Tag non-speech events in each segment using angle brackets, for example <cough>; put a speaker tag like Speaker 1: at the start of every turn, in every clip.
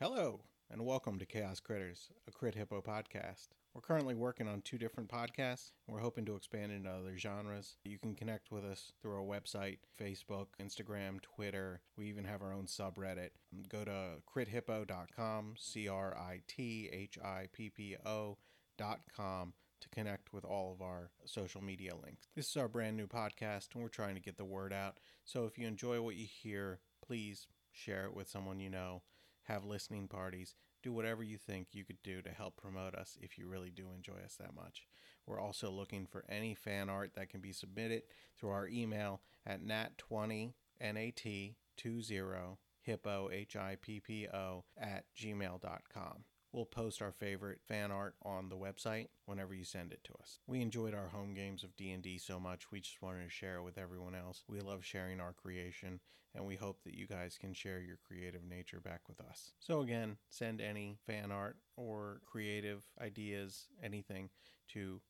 Speaker 1: Hello, and welcome to Chaos Critters, a Crit Hippo podcast. We're currently working on two different podcasts, and we're hoping to expand into other genres. You can connect with us through our website, Facebook, Instagram, Twitter. We even have our own subreddit. Go to crithippo.com, C R I T H I P P O dot com to connect with all of our social media links. This is our brand new podcast, and we're trying to get the word out. So if you enjoy what you hear, please share it with someone you know have listening parties, do whatever you think you could do to help promote us if you really do enjoy us that much. We're also looking for any fan art that can be submitted through our email at nat20nat20 hippo h-i-p-p-o at gmail.com we'll post our favorite fan art on the website whenever you send it to us we enjoyed our home games of d&d so much we just wanted to share it with everyone else we love sharing our creation and we hope that you guys can share your creative nature back with us. So, again, send any fan art or creative ideas, anything, to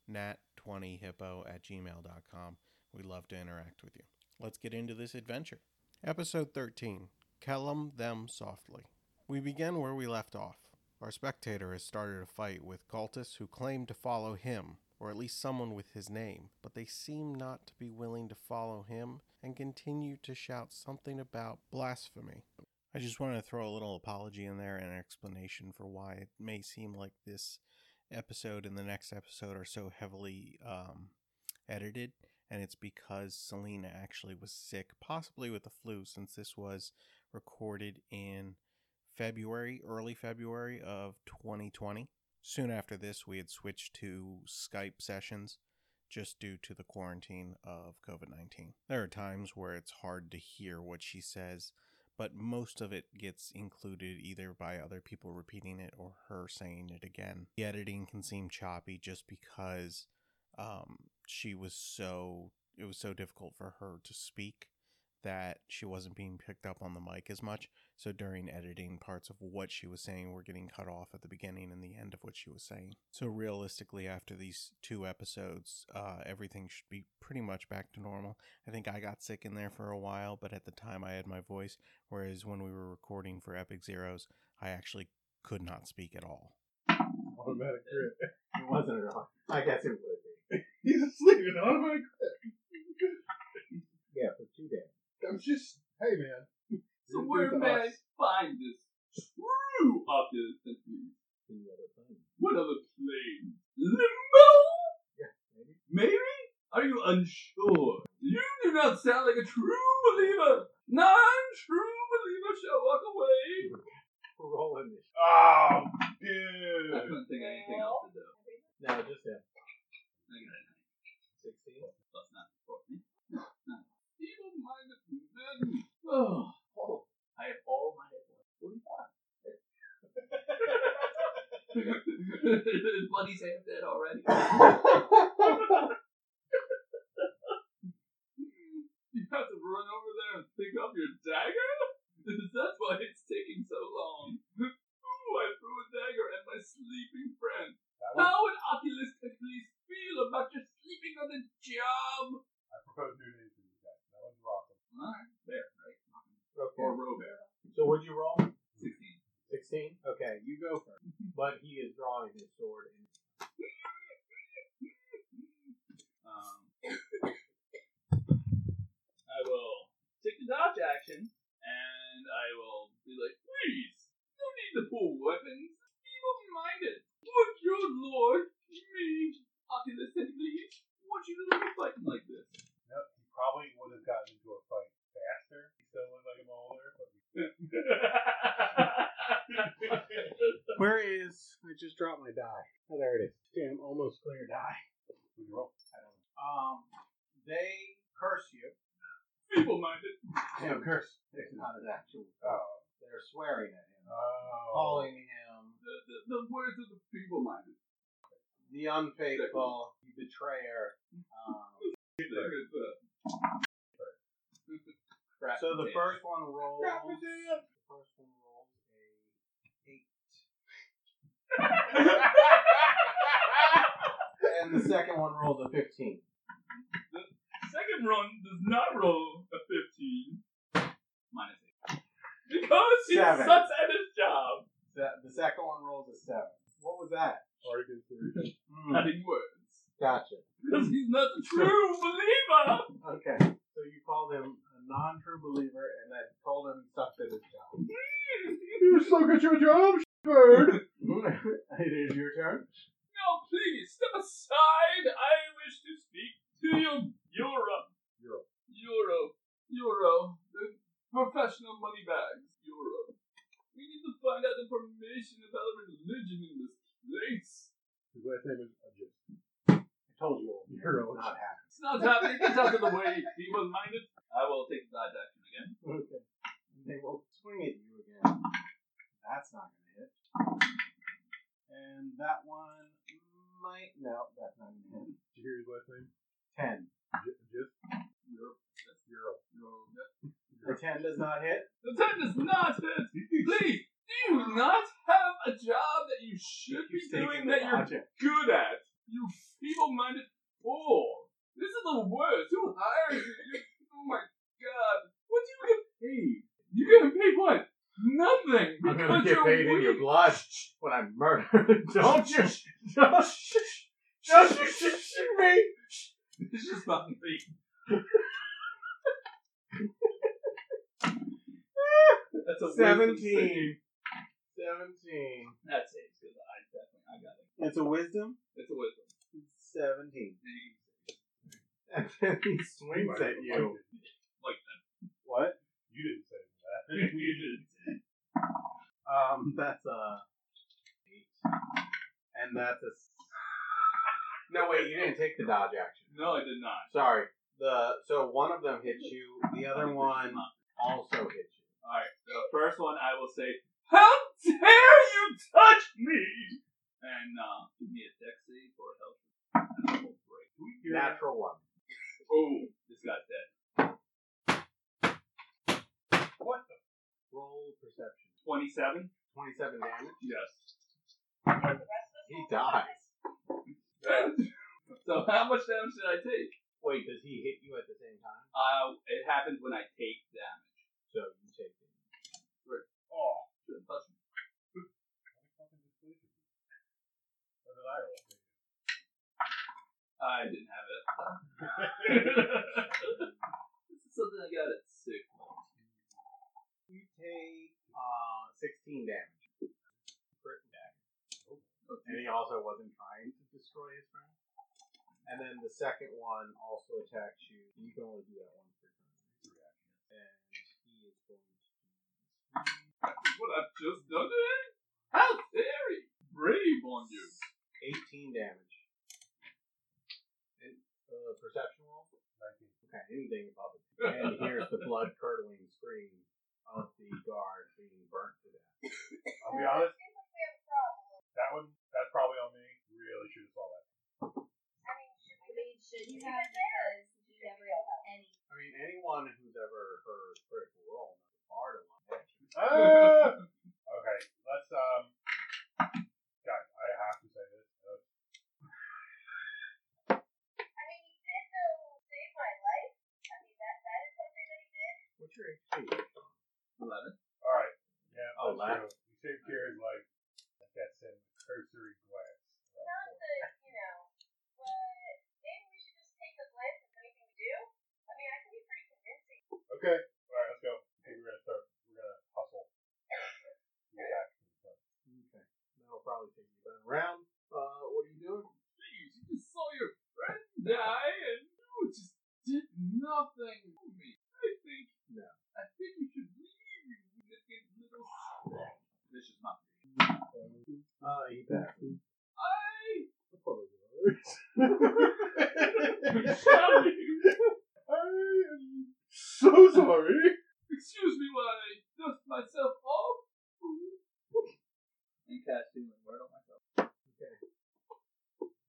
Speaker 1: nat20hippo at gmail.com. We'd love to interact with you. Let's get into this adventure. Episode 13 Kellum Them Softly. We begin where we left off. Our spectator has started a fight with cultists who claim to follow him, or at least someone with his name, but they seem not to be willing to follow him and continue to shout something about blasphemy. I just wanted to throw a little apology in there and an explanation for why it may seem like this episode and the next episode are so heavily um, edited, and it's because Selena actually was sick, possibly with the flu, since this was recorded in February, early February of 2020. Soon after this, we had switched to Skype sessions just due to the quarantine of COVID 19. There are times where it's hard to hear what she says, but most of it gets included either by other people repeating it or her saying it again. The editing can seem choppy just because um, she was so, it was so difficult for her to speak that she wasn't being picked up on the mic as much. So during editing, parts of what she was saying were getting cut off at the beginning and the end of what she was saying. So realistically, after these two episodes, uh, everything should be pretty much back to normal. I think I got sick in there for a while, but at the time I had my voice, whereas when we were recording for Epic Zeros, I actually could not speak at all.
Speaker 2: automatic crit. It wasn't an automatic. I guess it would be. <laughs> He's asleep in automatic crit. yeah, for two days. I'm just, hey man.
Speaker 3: So where may I find this true object that we- What other plane? Limbo?
Speaker 2: Yeah, maybe.
Speaker 3: Maybe? Are you unsure? You do not sound like a true believer. Non-true believer shall walk away.
Speaker 2: We're rolling this. Oh,
Speaker 3: I
Speaker 2: dude.
Speaker 3: couldn't think of anything else to do.
Speaker 2: No, just him.
Speaker 3: I got it.
Speaker 2: 16.
Speaker 3: Plus not for me. Evil-minded men. <sighs> Oh,
Speaker 2: Oh.
Speaker 3: I have all my forty-five. <laughs> Buddy's half dead already. <laughs> You have to run over there and pick up your dagger? <laughs> That's why it's taking so long. <laughs> Ooh, I threw a dagger at my sleeping friend.
Speaker 2: I
Speaker 3: How would Oculus please feel about just sleeping on the job?
Speaker 2: propose new names to you guys. That one's rocking.
Speaker 3: Alright, there, right? Or
Speaker 2: Okay.
Speaker 3: Robert.
Speaker 2: So would you roll?
Speaker 3: 16.
Speaker 2: 16? Okay, you go first. But he is drawing his sword and
Speaker 3: Um, I will take the dodge action, and I will be like, please, no need to pull weapons. Evil-minded. Would your lord, me, Oculus, please, want you to look fighting like this?
Speaker 4: No, he probably would have gotten into a fight faster. He still looked like him older, but he
Speaker 2: Where is? I just dropped my die. Oh, there it is. Damn, almost clear die.
Speaker 4: we roll.
Speaker 2: I don't know. Um, they curse you.
Speaker 3: <laughs> Feeble-minded.
Speaker 2: No curse. It's not an actual.
Speaker 4: Oh.
Speaker 2: They're swearing at him,
Speaker 4: Oh.
Speaker 2: calling him
Speaker 3: The, the, the words of the feeble-minded.
Speaker 2: the unfaithful, the betrayer. Um,
Speaker 3: There is, uh, crap.
Speaker 2: So the
Speaker 3: potato.
Speaker 2: first one rolls.
Speaker 3: Crap
Speaker 2: The
Speaker 3: potato.
Speaker 2: first one rolls a eight, and the second one rolls a fifteen.
Speaker 3: <laughs> Second run does not roll a 15. Minus 8. Because he
Speaker 2: Seven.
Speaker 3: sucks at his job.
Speaker 2: The, the second one rolls a seven. What was that?
Speaker 4: Origin theory.
Speaker 2: Mm,
Speaker 3: Not in words.
Speaker 2: gotcha.
Speaker 3: Because he's not a true believer.
Speaker 2: Okay. So you called him a non-true believer, and then told him he sucked at his job.
Speaker 4: You suck at your job, bird.
Speaker 2: <laughs> it is your turn.
Speaker 3: Now, please, step aside. I wish to speak to you, Euro.
Speaker 4: Euro.
Speaker 3: Euro. Euro. The professional moneybags. Euro. We need to find out information about religion in this place.
Speaker 4: His last name is Ajit.
Speaker 2: I told you. all.
Speaker 4: Euro.
Speaker 2: Not happening.
Speaker 3: It's not happening. It's out of the way. Evil minded. I will take the dodge action again.
Speaker 2: Okay. And they will swing at you again. That's not going to hit. And that one might. No, that's not going to hit.
Speaker 4: Did you hear his last name?
Speaker 2: Ten.
Speaker 4: Ajit. Ajit. Europe. Europe.
Speaker 2: The ten does not hit.
Speaker 3: The time is not it. Please, do you not have a job that you should be
Speaker 2: Keeps taking
Speaker 3: doing
Speaker 2: the
Speaker 3: that you're
Speaker 2: logic.
Speaker 3: good at, you feeble-minded fool. This is the worst. Who hired you? you? Oh my god. What do you get paid? You get paid what? Nothing.
Speaker 2: I'm gonna
Speaker 3: because
Speaker 2: get
Speaker 3: you're
Speaker 2: paid in your
Speaker 3: weak.
Speaker 2: blood when I murder. <laughs> Don't you? Don't you? Don't you shoot <laughs> me?
Speaker 3: It's just not me. That's a waste of saving.
Speaker 2: Seventeen. Seventeen.
Speaker 3: That's it. Because I definitely I got it.
Speaker 2: It's a wisdom.
Speaker 3: It's a wisdom.
Speaker 2: Seventeen.
Speaker 3: Now you can
Speaker 2: And then <laughs> he swings at you.
Speaker 3: Like
Speaker 2: What?
Speaker 4: You didn't say that.
Speaker 3: <laughs>
Speaker 2: <laughs>
Speaker 3: you did.
Speaker 2: Um, that's a eight, and that's a. s- No, wait. You didn't take the dodge action.
Speaker 3: No, I did not.
Speaker 2: Sorry. The so one of them hits you. The other one also hits you.
Speaker 3: All right. The first one I will say, "How dare you touch me!" And uh, give me a dex save or a health and I will break.
Speaker 4: Do we hear that?
Speaker 2: Natural one.
Speaker 3: Oh, this guy's dead.
Speaker 2: What the? Roll perception.
Speaker 3: Twenty-seven.
Speaker 2: 27 damage.
Speaker 3: Yes.
Speaker 2: He dies.
Speaker 3: so how much damage did I take?
Speaker 2: Wait, does he hit you at the same time?
Speaker 3: Uh, it happens when I take damage.
Speaker 2: So you take it.
Speaker 4: Oh.
Speaker 3: Shouldn't touch me.
Speaker 4: Or did I roll?
Speaker 3: I didn't have it. <laughs> this is something I got at six.
Speaker 2: You take uh, 16 damage. Crit damage. And he also wasn't trying to destroy his friend. And then the second one also attacks you. You can only do that one per turn. And he is going to.
Speaker 3: What I've just done to him? How dare he? Brave on you.
Speaker 2: 18 damage. And uh, perception roll? Okay, anything above it.
Speaker 4: <laughs>
Speaker 2: And here's the blood curdling scream of the guard being burnt to death.
Speaker 4: I'll be honest. That one, that's probably on me. Really should have saw that.
Speaker 5: I mean, should you have because you never have any.
Speaker 2: I mean, anyone who's ever heard critical roll knows hard of one.
Speaker 4: <laughs> Ah! okay, let's, um, guys, I have to say this. Uh,
Speaker 5: I mean, he did though save my life. I mean, that that is something that he did.
Speaker 2: What's your HP?
Speaker 3: Eleven.
Speaker 4: Alright, yeah,
Speaker 2: Oh, laugh.
Speaker 4: let's go. You saved Gary's life. That's in cursory glance.
Speaker 5: Not that you know, but maybe we should just take a glance at anything we do. I mean, I can be pretty convincing.
Speaker 4: Okay, alright, let's go. Okay, we're gonna start. We're gonna hustle. We'll back.
Speaker 2: Okay. That'll probably take you about a round. Uh, what are you doing?
Speaker 3: Jeez, you just saw your friend die and you just did nothing to me. I think.
Speaker 2: No.
Speaker 3: I think you should leave, you wicked little. s- This is not.
Speaker 2: Uh, he passes.
Speaker 3: I. <laughs>
Speaker 2: I am so sorry.
Speaker 3: Excuse me while I dust myself off. And cast healing word on myself.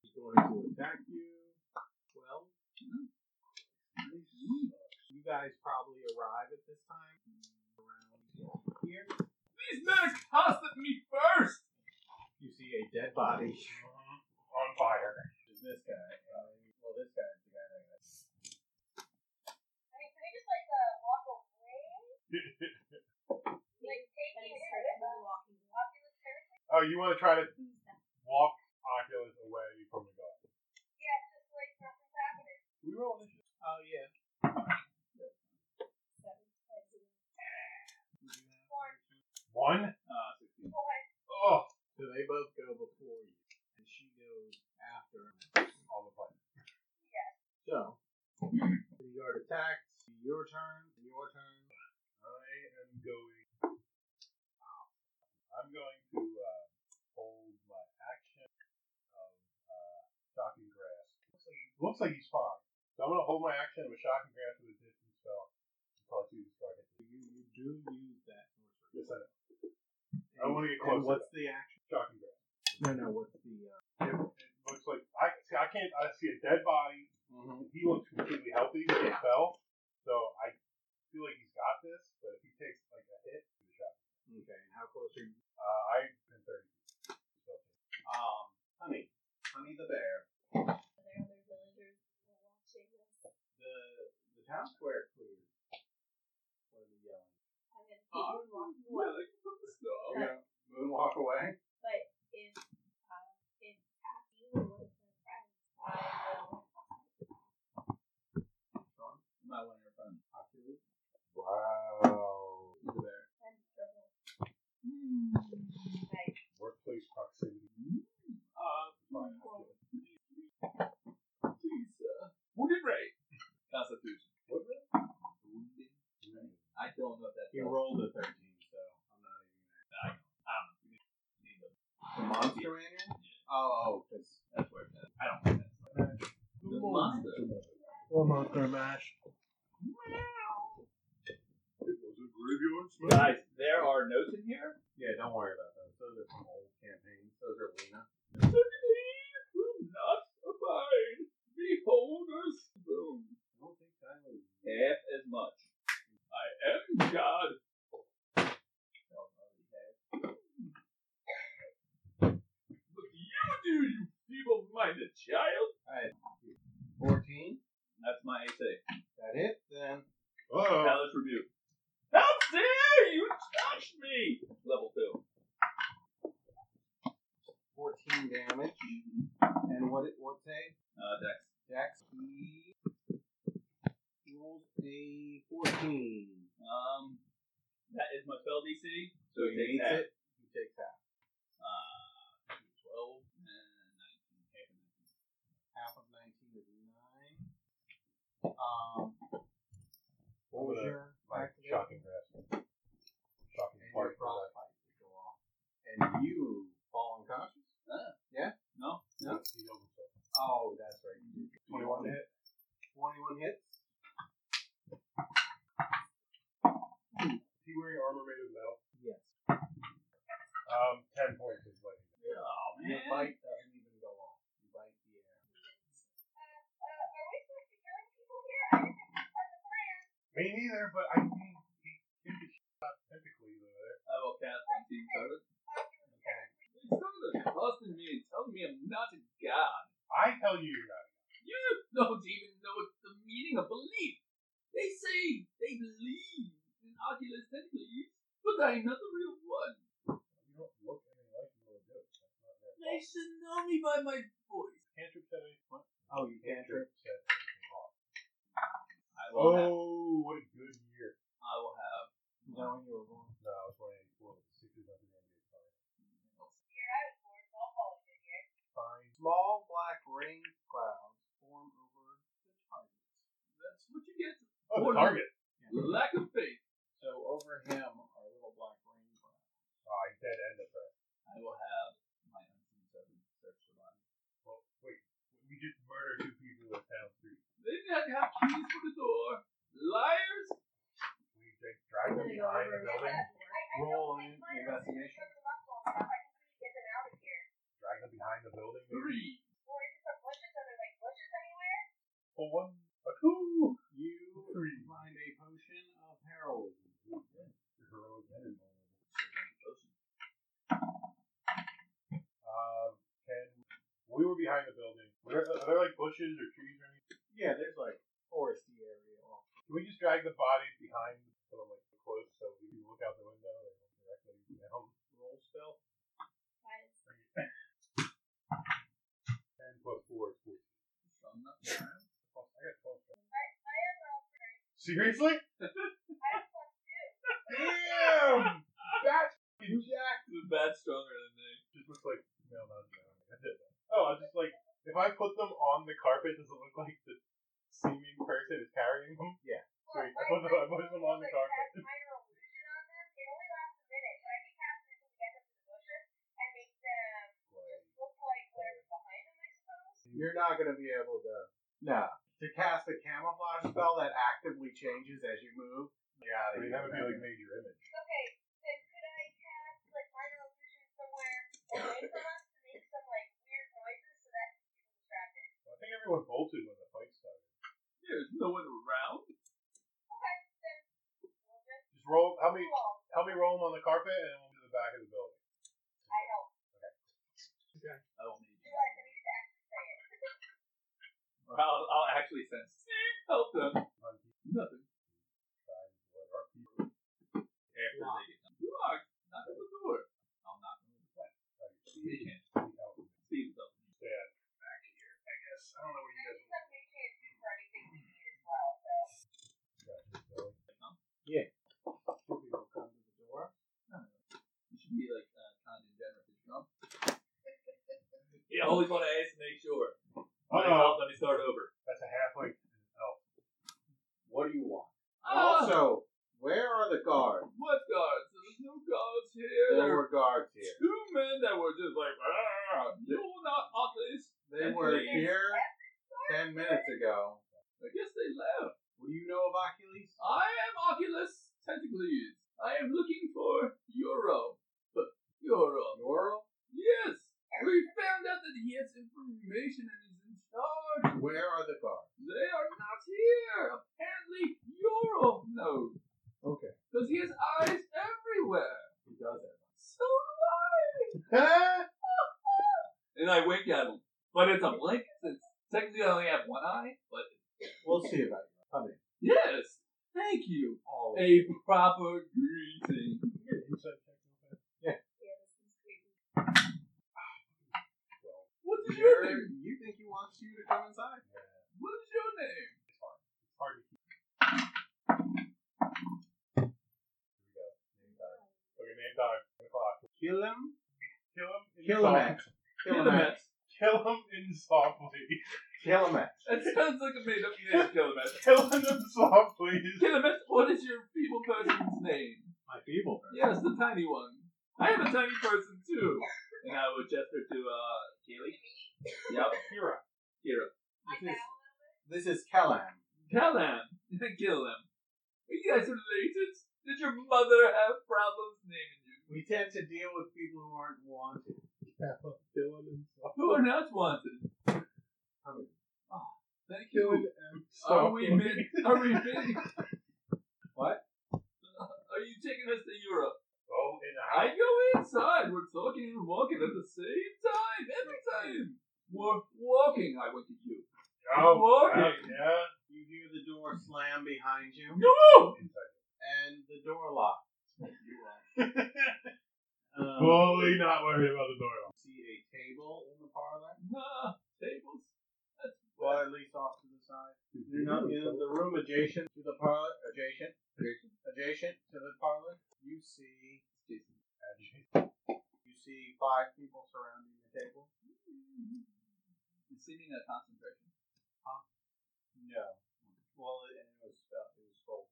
Speaker 2: He's going to attack you. Well,
Speaker 3: Nice.
Speaker 2: you guys probably arrive at this time around here.
Speaker 3: These men accosted me first!
Speaker 2: You see a dead body.
Speaker 4: Mm-hmm. on fire.
Speaker 2: Is this guy? uh, well, this guy is the guy that got
Speaker 5: I mean, can we just like uh, walk away? <laughs> like
Speaker 6: And
Speaker 5: taking
Speaker 6: he
Speaker 5: him
Speaker 6: starts
Speaker 5: with us,
Speaker 6: moonwalking.
Speaker 5: walking with her.
Speaker 4: Oh, you want to try to
Speaker 6: He's done.
Speaker 4: walk Oculus away from the guy?
Speaker 5: Yeah, just like nothing's happening.
Speaker 4: We roll initiative.
Speaker 2: Oh, yeah.
Speaker 4: One.
Speaker 2: Uh, 16.
Speaker 4: Oh,
Speaker 2: So they both go before you, and she goes after him.
Speaker 4: all the fire.
Speaker 2: So, the yard attacks, your turn, your turn.
Speaker 4: I am going. um, I'm going to uh, hold my action of uh, shocking grass. Looks like, looks like he's fine. So I'm going to hold my action of a shocking grass with a distance spell until I choose to start it.
Speaker 2: You, you do use that sorcery.
Speaker 4: Yes, I know. I wanna get closer.
Speaker 2: And what's the action?
Speaker 4: Shocking grass.
Speaker 2: No, no, what's the. Uh,
Speaker 4: It, it looks like I see. I can't. I see a dead body he looks completely healthy with the spell, so I feel like he's got this. But if he takes like a hit, he's shot.
Speaker 2: Okay, and how close are you?
Speaker 4: Uh, I've been thirty. So,
Speaker 2: Um, honey. Honey the bear.
Speaker 6: Other other villagers were watching this.
Speaker 2: The, the town square cleared. What are you yelling?
Speaker 6: I'm gonna keep
Speaker 3: Oh,
Speaker 6: moonwalking
Speaker 3: Well,
Speaker 6: away.
Speaker 3: like, what the stuff?
Speaker 2: You're gonna moonwalk away?
Speaker 6: But if uh, if Kathy or one of her friends, I will
Speaker 2: Not one of your friends. Actually,
Speaker 4: wow,
Speaker 2: the bear.
Speaker 6: send trouble.
Speaker 4: workplace proximity.
Speaker 3: Uh, please, uh, wounded ray. Constitution.
Speaker 4: What?
Speaker 3: Wounded ray. I don't know if that's
Speaker 2: He rolled a 13, so I'm not even
Speaker 3: Um, need the
Speaker 2: The monster manual? Oh, oh, because
Speaker 3: That's where it's at. I don't like that. The monster.
Speaker 2: Oh, monster mash.
Speaker 4: It was a graveyard
Speaker 3: Guys, there are notes in here.
Speaker 2: Yeah, don't worry about those. Those are from old campaigns. Those are Lena.
Speaker 3: Certainly will not abide. Behold us boom.
Speaker 2: I don't think I was.
Speaker 3: Half as much. I am God. What do you do, you feeble minded child?
Speaker 2: 14.
Speaker 3: That's my AC.
Speaker 2: That it? Then.
Speaker 4: Oh,
Speaker 3: Palace rebuke. How dare you touch me! Level 2.
Speaker 2: 14 damage. And what it what say?
Speaker 3: Uh, Dex.
Speaker 2: Dex. He rolls E a 14.
Speaker 3: Um, that is my spell DC. So
Speaker 2: he
Speaker 3: it takes
Speaker 2: beats
Speaker 3: half.
Speaker 2: it. He takes half.
Speaker 3: Uh, 12 and 19. Half of 19.
Speaker 2: Half of 19 is 9. Um, what was your
Speaker 4: like
Speaker 2: activate?
Speaker 4: shocking grass. Shocking
Speaker 2: and your
Speaker 4: fire.
Speaker 2: frostbite would go off. And you fall unconscious?
Speaker 3: uh, No?
Speaker 4: Yeah. He healed himself.
Speaker 2: Oh, that's right. You did.
Speaker 4: 21
Speaker 2: hit. 21 hits.
Speaker 4: Is he wearing armor made of metal?
Speaker 2: Yes.
Speaker 4: Um, ten points is like.
Speaker 3: Oh,
Speaker 2: Your bite doesn't even go off. You bite the air.
Speaker 5: Uh, are we supposed to be killing people here? I think that's part of the plan.
Speaker 4: Me neither, but I mean, he can be shot typically though.
Speaker 3: I will cast Unseen Servant.
Speaker 2: Okay.
Speaker 3: These sons are accosting me and telling me I'm not a god.
Speaker 4: I tell you, you're not.
Speaker 3: You don't even know what the meaning of belief. They say they believe in Oculus Tentacles, but I'm not the real one.
Speaker 4: You don't look anything like you really do. That's not their fault.
Speaker 3: They should know me by my voice.
Speaker 4: Cantrip said it. What?
Speaker 2: Oh, you can't trip.
Speaker 4: Said anything wrong.
Speaker 3: I will, have,
Speaker 4: Oh, what a good year.
Speaker 3: I will have.
Speaker 2: No, you were wrong.
Speaker 4: No, I was 184 with the Sixers under the NBA Finals.
Speaker 5: Here, I was born, so I'll follow you here.
Speaker 4: Fine.
Speaker 2: Small black rain clouds form over the target.
Speaker 3: That's what you get.
Speaker 4: Oh, the
Speaker 3: What?
Speaker 4: target.
Speaker 3: Lack of faith.
Speaker 2: So over him are little black rain clouds.
Speaker 4: Oh, I dead end of that.
Speaker 3: I will have my Unseen Servant search the body.
Speaker 4: Well, wait. We just murdered two people in town street.
Speaker 3: They didn't have keys for the door. Liars.
Speaker 4: We just dragged them
Speaker 6: Really over
Speaker 4: behind the
Speaker 6: and
Speaker 4: building.
Speaker 5: I, I
Speaker 2: Roll
Speaker 5: don't
Speaker 2: in
Speaker 5: like my
Speaker 2: investigation.
Speaker 5: I can get them out of here.
Speaker 4: Dragged them behind the building.
Speaker 3: Three.
Speaker 5: Or is it the bushes? Are there like bushes anywhere?
Speaker 4: Well, one, a two,
Speaker 2: You
Speaker 4: three.
Speaker 2: find a
Speaker 4: Um, bushes or trees or anything?
Speaker 2: Yeah, there's like foresty area. off-
Speaker 4: Can we just drag the bodies behind, sort of like close, so we can look out the window and directly down? Roll spell. Ten plus four is fourteen.
Speaker 3: From the farm.
Speaker 4: Plus- I got twelve. spell.
Speaker 5: I have a
Speaker 4: Seriously?
Speaker 5: I have one too.
Speaker 4: Damn! That's fucking jacked.
Speaker 3: The bat's stronger than me.
Speaker 4: Just looks like no, no, no. I did that. Oh, I just like if I put them on the carpet, does it look like the seeming person is carrying them?
Speaker 5: Well,
Speaker 4: Wait,
Speaker 5: my
Speaker 4: I put them- I put them on the
Speaker 5: like,
Speaker 4: carpet.
Speaker 5: cast minor illusion on them. It only lasts a minute, but I can cast it until we get them to the bushes and make them just look like whatever's behind them, I suppose.
Speaker 2: You're not gonna be able to. No. To cast a camouflage spell that actively changes as you move. Yeah,
Speaker 4: I mean, that would be like major image.
Speaker 5: Okay, then could I cast like minor illusion somewhere away from us to make some like weird noises so that people distracted?
Speaker 4: I think everyone bolted when the fight started.
Speaker 3: There's no one around.
Speaker 5: Okay, then we'll just
Speaker 4: Just roll. Help me.
Speaker 5: move on.
Speaker 4: Help me roll them on the carpet, and then we'll do the back of the building.
Speaker 5: I don't.
Speaker 3: I don't need
Speaker 5: You guys need to actually say it.
Speaker 3: Or I'll, I'll actually sense. Help them. Nothing. After they get done. You are. Knock on the door. I'll knock on the door. They can't. Steve's up.
Speaker 4: Yeah, back here. I guess I don't know what
Speaker 5: I think some new kids do for anything we need as well, so.
Speaker 3: You should be like uh, kind of degenerate to Trump. You always want to ask to make sure.
Speaker 4: Oh,
Speaker 3: Like,
Speaker 4: no.
Speaker 3: help, let me start over.
Speaker 4: That's a halfway. Oh,
Speaker 2: What do you want?
Speaker 3: Ah!
Speaker 2: Also, where are the guards?
Speaker 3: What guards? There's no guards here.
Speaker 2: There
Speaker 3: There were
Speaker 2: were guards here.
Speaker 3: two men that were just like, "Ah, you will not offer this.
Speaker 2: They
Speaker 3: And
Speaker 2: were
Speaker 3: please-
Speaker 2: here ten minutes ago.
Speaker 3: I guess they left.
Speaker 2: What do you know of Achilles?
Speaker 3: I am Oculus Tentacles. I am looking for Euro. But Euro.
Speaker 2: Laurel?
Speaker 3: Yes. We found out that he has information and is in charge.
Speaker 2: Where are the guards?
Speaker 3: They are not here. Apparently, Euro knows.
Speaker 2: Okay.
Speaker 3: Because he has eyes everywhere.
Speaker 2: He does it.
Speaker 3: So do I. And I wink at him. But it's a blink. It's technically I only have one eye, but
Speaker 2: <laughs> We'll see about you. Come in.
Speaker 3: yes. Thank you.
Speaker 2: All of
Speaker 3: A proper greeting.
Speaker 4: inside check real fast.
Speaker 6: Yeah, this is creepy.
Speaker 3: What is your
Speaker 2: You're,
Speaker 3: name?
Speaker 2: you think he wants you to come inside?
Speaker 3: What is your name?
Speaker 4: It's hard to keep. Here we go. Name time. Okay, name time. Ten o'clock.
Speaker 2: Kill him.
Speaker 4: Kill him. In
Speaker 2: Kill him.
Speaker 4: soft-
Speaker 2: At. Kill him. At.
Speaker 4: Kill him in softly.
Speaker 2: Kill him. At.
Speaker 3: That sounds like a made up name, Kilomet.
Speaker 4: Kill him in softly.
Speaker 3: Kilomet, what is your feeble person's name?
Speaker 2: My feeble.
Speaker 3: Yes, the tiny one. I am a tiny person too. And I would gesture to uh Kaylee. Yep,
Speaker 4: Kira.
Speaker 3: Kira.
Speaker 5: I
Speaker 2: This is,
Speaker 5: bow a little bit.
Speaker 2: this is Kellam.
Speaker 3: <laughs> Kalam. Gillam. Are you guys related? Did your mother have problems naming you?
Speaker 2: We tend to deal with people who aren't wanted.
Speaker 4: Kill him in softly.
Speaker 3: Who are not wanted?
Speaker 2: Come in.
Speaker 3: Thank
Speaker 4: Kill
Speaker 3: you.
Speaker 4: him in
Speaker 3: Are <laughs> we
Speaker 4: softly.
Speaker 3: been, are we been,
Speaker 2: What?
Speaker 3: are you taking us to Europe?
Speaker 4: Oh, in a
Speaker 3: I go inside. We're talking and walking at the same time, every time. We're walking, I went to you.
Speaker 4: Oh,
Speaker 3: Walking.
Speaker 4: yeah.
Speaker 2: You hear the door slam behind you,
Speaker 3: No!
Speaker 2: and the door locks. um,
Speaker 4: Fully not worried about the door.
Speaker 2: see a table in the parlor.
Speaker 3: Nah, tables. That's
Speaker 2: Well, at least off to the side.
Speaker 4: Mm-hmm.
Speaker 2: You know, in the room adjacent to the parlor, adjacent, adjacent to the parlor, you see, you see five people surrounding the table.
Speaker 3: It's seeming a concentration.
Speaker 2: No. Well, it, it was uh, it was full.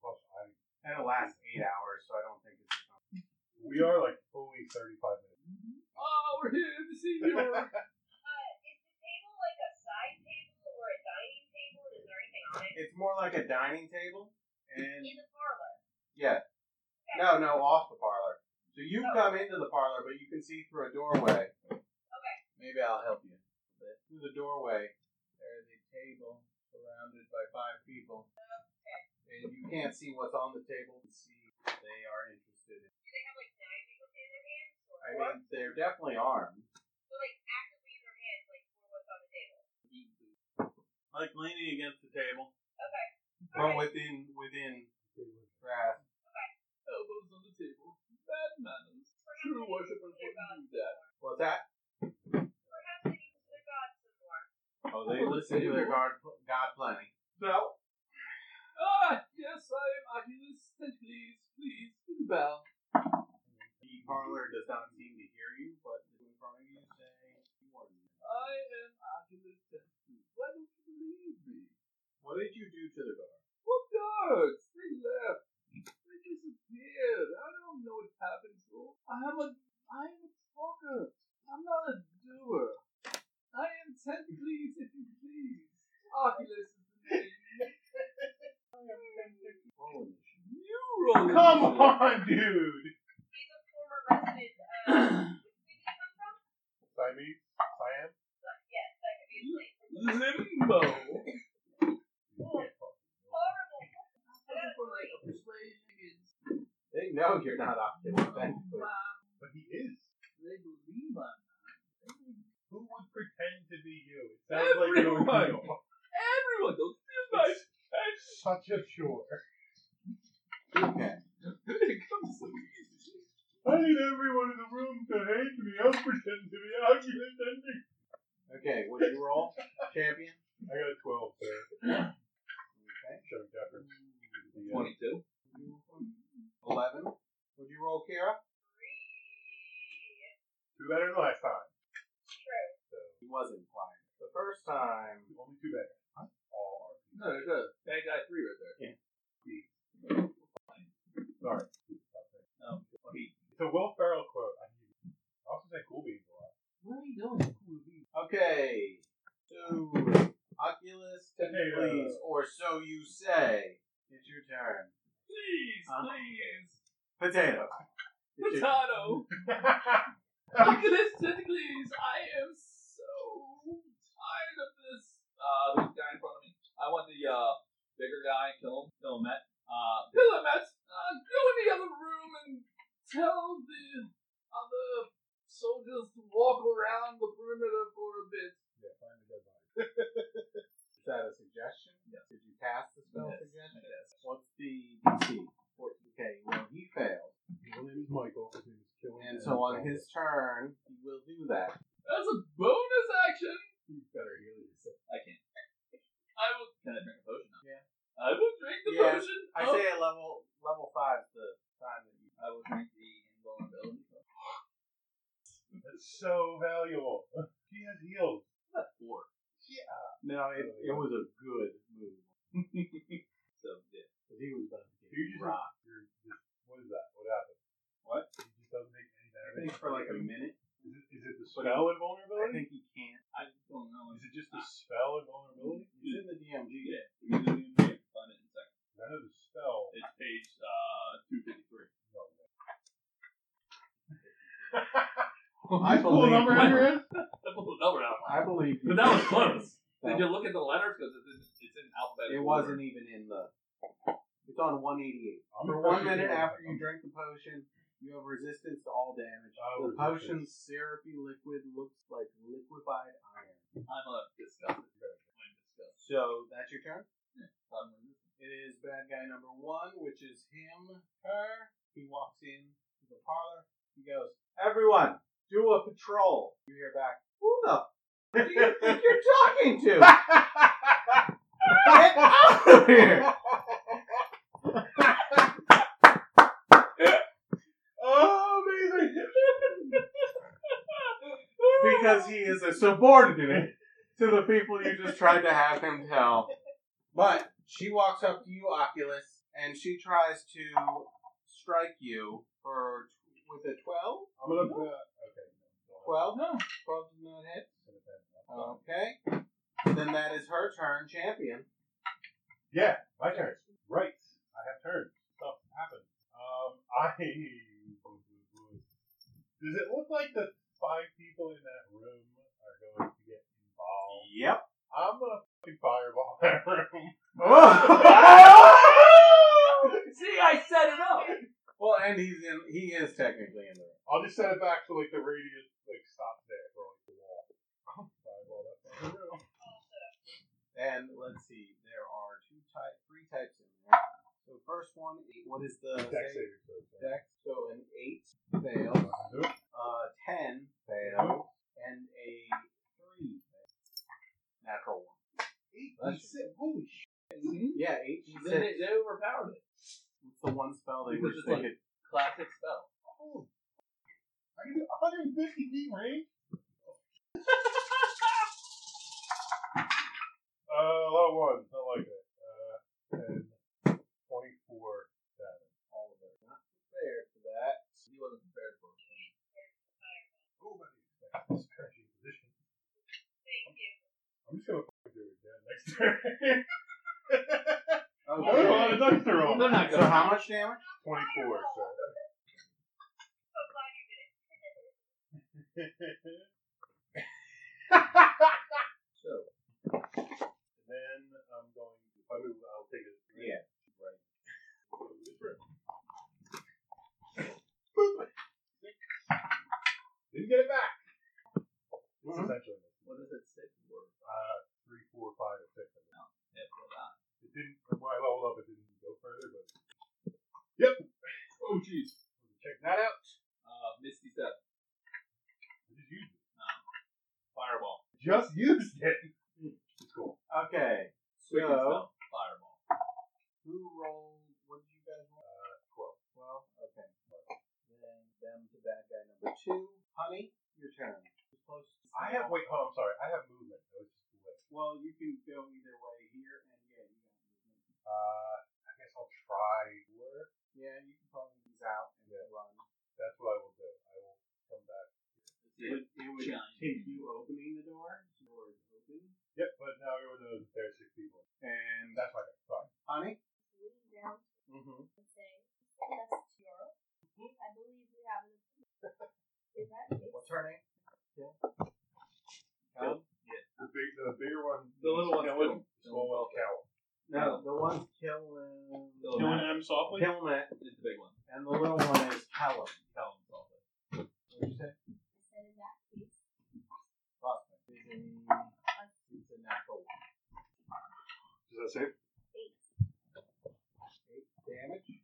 Speaker 4: Plus, I,
Speaker 2: And it lasts eight hours, so I don't think it's. <laughs>
Speaker 4: we are like fully 35 minutes.
Speaker 3: Oh, we're here to see <laughs> you.
Speaker 5: Uh, is the table like a side table or a dining table? Is there anything on it?
Speaker 2: It's more like a dining table,
Speaker 5: <laughs>
Speaker 2: and
Speaker 5: In the parlor.
Speaker 2: yeah, no, no, off the parlor. So you come into the parlor, but you can see through a doorway. Okay. Maybe I'll help you. But through the doorway, there's a table surrounded by five people, and you can't see what's on the table. You see, they are interested. In,
Speaker 5: Do they have like knives you can in their hands? Or,
Speaker 2: I mean, they're definitely armed.
Speaker 5: so, like actively in their hands, like for what's on the table.
Speaker 3: Eat
Speaker 2: like leaning against the table.
Speaker 5: Okay.
Speaker 2: From
Speaker 5: Alright.
Speaker 2: within within grasp.
Speaker 3: Elbows on the table. Bad manners. True worshippers wouldn't do that.
Speaker 2: What's that?
Speaker 5: Perhaps they need to their gods some more.
Speaker 2: Oh, they listen to their guard, God plenty.
Speaker 3: Bell. Ah, yes, I am Achilles. And please, please, do the bell.
Speaker 2: The parlor does not seem to hear you, but it's in front of you saying,
Speaker 3: I am Achilles. Tentacles. Why don't you believe me?
Speaker 2: What did you do to the guard?
Speaker 3: What guards? They left. They disappeared. I don't know what happened to them. I'm a, I'm a talker. I'm not a doer. I am ten please if you please. Oculus is the
Speaker 2: <laughs>
Speaker 3: name. You roll.
Speaker 4: Come on, dude.
Speaker 5: He's a former resident of. Where did he come from?
Speaker 4: Siamese, Siam.
Speaker 5: Yes, that could be a place.
Speaker 3: Limbo.
Speaker 5: Horrible.
Speaker 2: They know you're not Optimus technically.
Speaker 4: But he is.
Speaker 3: They believe I'm
Speaker 4: Who would pretend to be you? It sounds like you're
Speaker 3: Everyone.
Speaker 4: real.
Speaker 3: Everyone goes feel nice. And
Speaker 4: Such a chore.
Speaker 2: Okay.
Speaker 3: it comes so easy.
Speaker 4: I need everyone in the room to hate me. I'll pretend to be Oculus Ending.
Speaker 2: Okay, would you roll? Champion?
Speaker 4: I got a 12
Speaker 2: <clears throat>
Speaker 4: there.
Speaker 2: Okay.
Speaker 4: Showing deference. Yeah.
Speaker 3: 22.
Speaker 2: 11. Would you roll, Kara?
Speaker 5: Three.
Speaker 4: Two better than last time.
Speaker 5: True.
Speaker 2: He wasn't quiet. The first time,
Speaker 4: Only two better. All are
Speaker 3: No, there's a bad guy 3 right there.
Speaker 4: Sorry.
Speaker 2: um, he-
Speaker 4: It's a Will Ferrell quote. I need it. I also say cool beans a lot.
Speaker 3: Where are you going?
Speaker 2: Okay. So, Oculus, please, or so you say. It's your turn.
Speaker 3: Please,
Speaker 2: Huh?
Speaker 3: please.
Speaker 2: Potato. It's your- <laughs>
Speaker 3: Potato. Oculus Tentacles, I am so tired of this. Uh, there's a guy in front of me. I want the uh, bigger guy. Kill him. Kill him, Matt. Uh, kill him, Matt. Uh, go in the other room and tell the other soldiers to walk around the perimeter for a bit.
Speaker 4: Yeah, find the dead body.
Speaker 2: <laughs> Is that a suggestion?
Speaker 3: Yes.
Speaker 2: Did you cast the spell
Speaker 3: Yes,
Speaker 2: suggestion? Yes. What's the DC? Okay, well, he failed.
Speaker 4: His name is Michael. His name is Killing.
Speaker 2: And so on his turn, he will do that.
Speaker 3: As a bonus action,
Speaker 4: He's better heal yourself.
Speaker 3: I can't. I will. Can I drink a potion? Now?
Speaker 2: Yeah.
Speaker 3: I will drink the
Speaker 2: Yeah,
Speaker 3: potion.
Speaker 2: I
Speaker 3: of-
Speaker 2: say at level level five the time that you
Speaker 3: I will drink the invulnerability. potion.
Speaker 4: That's so valuable. He has healed.
Speaker 3: That's four.
Speaker 2: No, it, it was a good move. <laughs>
Speaker 3: So yeah.
Speaker 2: But he was about to
Speaker 4: You
Speaker 2: get
Speaker 4: just,
Speaker 2: rocked.
Speaker 4: you're just, what is that? What happened?
Speaker 2: What?
Speaker 4: He just doesn't make any
Speaker 2: I think
Speaker 4: damage.
Speaker 2: for like a minute.
Speaker 4: Is it, is it the spell
Speaker 2: I
Speaker 4: invulnerability?
Speaker 2: think he can't.
Speaker 3: I don't know.
Speaker 4: Is it just the spell invulnerability?
Speaker 2: He's in the DMG.
Speaker 3: Yeah, you can find it in a second.
Speaker 4: None of the spell.
Speaker 3: It's page uh, 253.
Speaker 4: No way.
Speaker 2: I believe.
Speaker 4: number in your
Speaker 2: <laughs>
Speaker 4: head?
Speaker 3: I pulled the number out.
Speaker 2: I believe.
Speaker 3: But that was close. Did you look at the letters? Because it's in, it's in alphabetical
Speaker 2: It wasn't even in the. It's on 188.
Speaker 4: I'm
Speaker 2: For
Speaker 4: impressed
Speaker 2: one
Speaker 4: with
Speaker 2: minute
Speaker 4: you.
Speaker 2: after you drink the potion, you have resistance to all damage.
Speaker 4: Oh,
Speaker 2: the potion's
Speaker 4: resistance.
Speaker 2: syrupy liquid looks like liquefied iron.
Speaker 3: order. I'm a disgusted. I'm disgusted.
Speaker 2: So that's your turn.
Speaker 3: I'm resistant.
Speaker 2: It is bad guy number one, which is him, her. He walks in to the parlor. He goes, Everyone, do a patrol. You hear back, Who the f- do you think you're talking to? Get out of here!
Speaker 4: Oh, amazing!
Speaker 2: Because he is a subordinate to the people you just tried to have him tell. But she walks up to you, Oculus, and she tries to strike you for with a 12?
Speaker 4: I'm gonna. Uh, okay.
Speaker 2: 12?
Speaker 3: No.
Speaker 2: 12 did not hit. Okay. Then that is her turn, champion.
Speaker 4: Yeah, my turn. Right. I have turned. Stuff happened. Um, I. <laughs> Does it look like the five people in that room are going to get involved?
Speaker 2: Yep.
Speaker 4: I'm gonna fucking fireball <laughs> that room.
Speaker 3: See, I set it up.
Speaker 2: well, and he's in. He is technically in the room.
Speaker 4: I'll just set it back to like the radius, like stop there, or like the wall. Fireball that fucking room.
Speaker 2: And first one, what is the
Speaker 4: Dex saving throw.
Speaker 2: Dex, so an eight fail,
Speaker 4: Nope.
Speaker 2: uh, ten fail, and a three fail. natural one.
Speaker 4: Eight,
Speaker 2: Bless
Speaker 4: six, holy shit.
Speaker 3: Mhm.
Speaker 2: Yeah, eight. and
Speaker 3: Then they,
Speaker 2: E six.
Speaker 3: they overpowered it.
Speaker 2: It's the one spell they
Speaker 3: Because
Speaker 2: wish
Speaker 3: it's
Speaker 2: they
Speaker 3: like-
Speaker 2: could.
Speaker 3: Classic spell.
Speaker 4: Oh. I can do 150 feet range. uh, a lot of ones. Not like that. Uh, and 24 damage. All of it.
Speaker 2: Not prepared for that.
Speaker 3: He wasn't prepared for it.
Speaker 4: Nobody expects this strategy position.
Speaker 5: Thank you.
Speaker 4: I'm just gonna fucking do it again next <laughs> turn. I don't know how
Speaker 2: Okay.
Speaker 4: the dice to roll.
Speaker 3: They're not
Speaker 2: So how much damage?
Speaker 4: 24, so.
Speaker 5: I'm glad you did it.
Speaker 4: so, and then I'm going. If I move, I'll take it.
Speaker 2: Yeah.
Speaker 4: Right. Didn't get it back. Mm-hmm. It's
Speaker 2: Mhm.
Speaker 4: essentially
Speaker 3: What is it? Six words.
Speaker 4: uh, three, four, five, or six. I think.
Speaker 3: Yeah, well, ah.
Speaker 4: It didn't. When I leveled up, it didn't go further. But yep.
Speaker 3: Oh, jeez.
Speaker 4: Check that out.
Speaker 3: Uh, Misty Step.
Speaker 4: I just used it.
Speaker 3: Fireball.
Speaker 4: Just used it. It's cool.
Speaker 2: Okay. So
Speaker 3: Quick spell. Fireball.
Speaker 2: who rolled? What did you guys roll? Uh, twelve. Twelve. Okay. Then them to bad guy number two. Honey, your turn. You're Close.
Speaker 4: I have. Wait, hold on. I'm sorry. I have movement. I was just away.
Speaker 2: Well, you can go either way here, and yeah, you got movement.
Speaker 4: Uh, I guess I'll try. Where?
Speaker 2: Yeah, you can probably use out and
Speaker 4: Yeah.
Speaker 2: run.
Speaker 4: That's what I will do. I will come back.
Speaker 2: It would, it would
Speaker 3: Giant.
Speaker 2: take you opening the door. The door is open.
Speaker 4: Yep, but now everyone knows that there's six people.
Speaker 2: And
Speaker 4: That's my turn. Sorry.
Speaker 2: honey.
Speaker 6: Leaning down
Speaker 2: Mm-hmm.
Speaker 6: and saying, "Send us to Europe." I believe we have an appointment. Is that it?
Speaker 2: What's her name? Yeah. Helen?
Speaker 4: The, big, the bigger one.
Speaker 3: The little one's
Speaker 4: Cowan,
Speaker 3: Cowan.
Speaker 4: The small one's Cowan.
Speaker 2: No, the one killing.
Speaker 3: Killing
Speaker 2: him softly. Killing it,
Speaker 3: It's the big one.
Speaker 2: and the little one is Helen.
Speaker 3: Tell him
Speaker 2: What
Speaker 3: something.
Speaker 2: did you say?
Speaker 6: I said, "In that case,
Speaker 2: Prospect. It's a natural one.
Speaker 4: Does that save?
Speaker 6: eight,
Speaker 2: Eight damage.
Speaker 6: eight,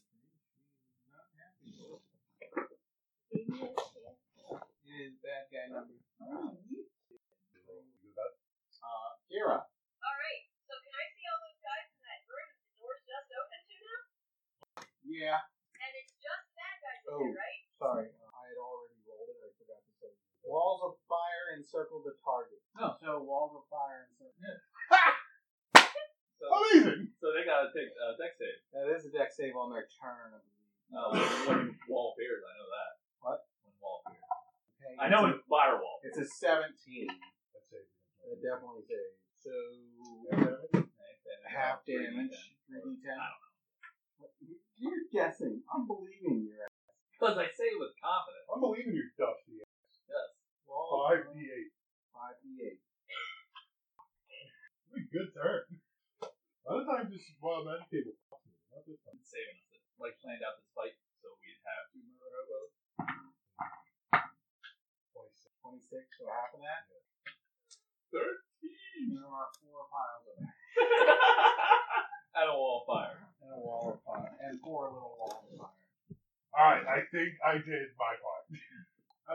Speaker 2: Not happy.
Speaker 6: give me a chance."
Speaker 2: It is bad guy number three.
Speaker 4: You do that?
Speaker 2: Uh, Kira.
Speaker 5: Alright, so can I see all those guys in that room that the door's just open to now?
Speaker 2: Yeah.
Speaker 5: And it's just bad guys in
Speaker 2: Oh.
Speaker 5: there, right?
Speaker 2: Sorry, uh, I had already rolled it. I forgot to say. Walls of fire encircle the target.
Speaker 3: No.
Speaker 2: So walls of fire encircle.
Speaker 4: Oh,
Speaker 3: So,
Speaker 4: Amazing!
Speaker 3: so they gotta take uh, deck save.
Speaker 2: That is a deck save on their turn.
Speaker 3: Uh, when wall appears, I know that.
Speaker 2: What?
Speaker 3: When wall appears.
Speaker 2: Okay,
Speaker 3: I know
Speaker 2: it's
Speaker 3: it's firewall.
Speaker 2: a, it's a seventeen.
Speaker 4: That saves.
Speaker 2: It definitely saves. So half damage, three d ten. You're guessing. I'm believing you're at
Speaker 3: Because I say it with confidence.
Speaker 4: I'm believing you,
Speaker 3: Yes.
Speaker 4: Dusty. 5d8.
Speaker 2: five d eight.
Speaker 4: What a good turn. Other times this is wild magic table. fucks me. Not this time.
Speaker 3: It's saving us. It's like planned out this fight so we'd have two murder hobos.
Speaker 4: 26.
Speaker 2: Twenty six, so half of that.
Speaker 3: Thirteen!
Speaker 2: There are four piles of that.
Speaker 3: <laughs> At a wall of fire.
Speaker 2: And a wall of fire. And four little walls of fire.
Speaker 4: Alright, I think I did my part.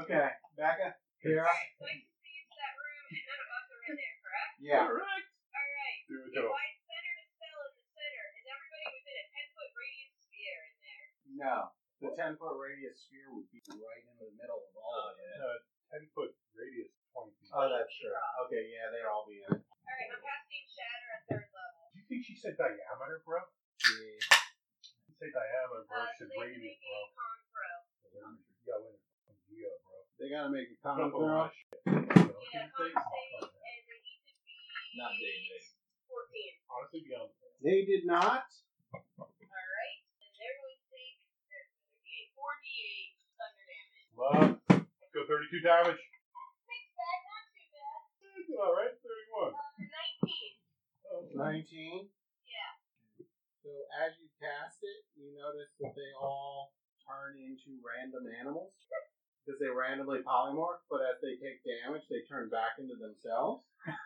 Speaker 2: Okay, Becca? Kira?
Speaker 5: Alright, so I can see into that room and none of us are in there, correct?
Speaker 2: Yeah.
Speaker 3: Correct!
Speaker 5: Alright.
Speaker 4: Do it
Speaker 5: If
Speaker 4: though.
Speaker 5: I centered a spell in the center, is everybody within a ten foot radius sphere in there?
Speaker 2: No. The ten foot radius sphere would be right in the middle of all
Speaker 3: Oh,
Speaker 2: of it.
Speaker 3: yeah.
Speaker 4: Uh, 10 foot radius, 20 feet.
Speaker 2: Oh, that's true. Okay, yeah, they'd all be in it.
Speaker 5: Alright, I'm casting Shatter at third level.
Speaker 4: Do you think she said diameter, bro?
Speaker 2: Yeah.
Speaker 4: You say diameter, bro.
Speaker 5: Uh, so
Speaker 4: she
Speaker 5: they
Speaker 4: said
Speaker 5: have to make
Speaker 4: radius, bro.
Speaker 5: a con throw.
Speaker 4: You gotta win a geo, bro.
Speaker 2: They gotta make a
Speaker 4: Put
Speaker 2: common
Speaker 4: up with
Speaker 2: throw.
Speaker 4: my shit.
Speaker 5: They got a con save and they need to be
Speaker 3: Not day-to-day.
Speaker 5: fourteen.
Speaker 4: Honestly, be honest.
Speaker 2: They did not.
Speaker 5: Alright, and they're going to take their 48, 48 thunder damage.
Speaker 4: Love. Go 32 damage.
Speaker 5: Six bad, not too bad.
Speaker 4: Alright, 31.
Speaker 5: Uh, 19.
Speaker 2: Nineteen.
Speaker 5: Yeah.
Speaker 2: So as you cast it, you notice that they all turn into random animals because they randomly polymorph. But as they take damage, they turn back into themselves.
Speaker 5: Right.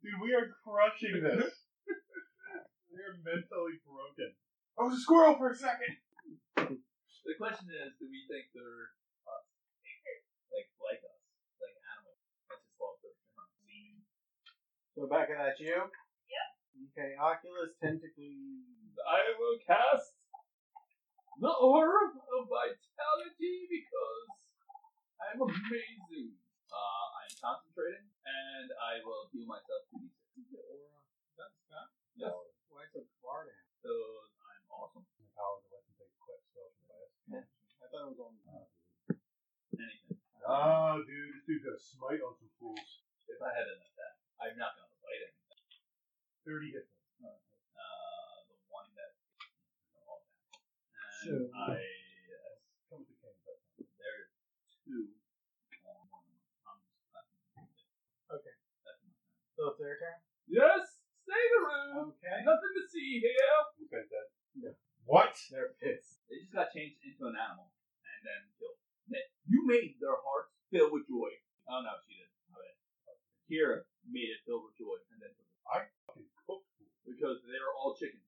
Speaker 4: Dude, we are crushing this. You're mentally broken. I was a squirrel for a second.
Speaker 3: The question is, do we think they're us? <laughs> Like, like us? Like animals? That's just what they're not seeing.
Speaker 2: So Becca, that's you? Yep. Okay, Oculus tentacles.
Speaker 3: I will cast the Orb of Vitality because I'm amazing. Uh, I'm concentrating, and I will heal myself to these.
Speaker 2: That's not
Speaker 3: Yes.
Speaker 4: Oh,
Speaker 2: why it's a bar to have.
Speaker 3: So I'm awesome.
Speaker 4: The power to let you take quick spells from the last.
Speaker 2: I thought it was only
Speaker 3: Anything.
Speaker 4: Oh, dude, this dude's got a smite on some fools.
Speaker 3: If I had enough that, I'm not gonna fight anything.
Speaker 4: 30 hit points.
Speaker 3: Uh, the one that all that. And
Speaker 2: Sure.
Speaker 3: I
Speaker 4: Comes to King, but
Speaker 3: there's two. Um, one. I'm just
Speaker 2: Okay.
Speaker 3: That's enough.
Speaker 2: So it's their turn?
Speaker 3: Yes, stay in the room.
Speaker 2: Okay.
Speaker 3: Nothing to see here.
Speaker 4: you guys dead.
Speaker 2: Yeah.
Speaker 4: What?
Speaker 2: They're pissed.
Speaker 3: They just got changed into an animal and then killed. That- You made their hearts fill with joy. Oh no, she didn't. My bad. Kira made it fill with joy and then took it.
Speaker 4: Fucking cooked fool.
Speaker 3: because they're all chicken.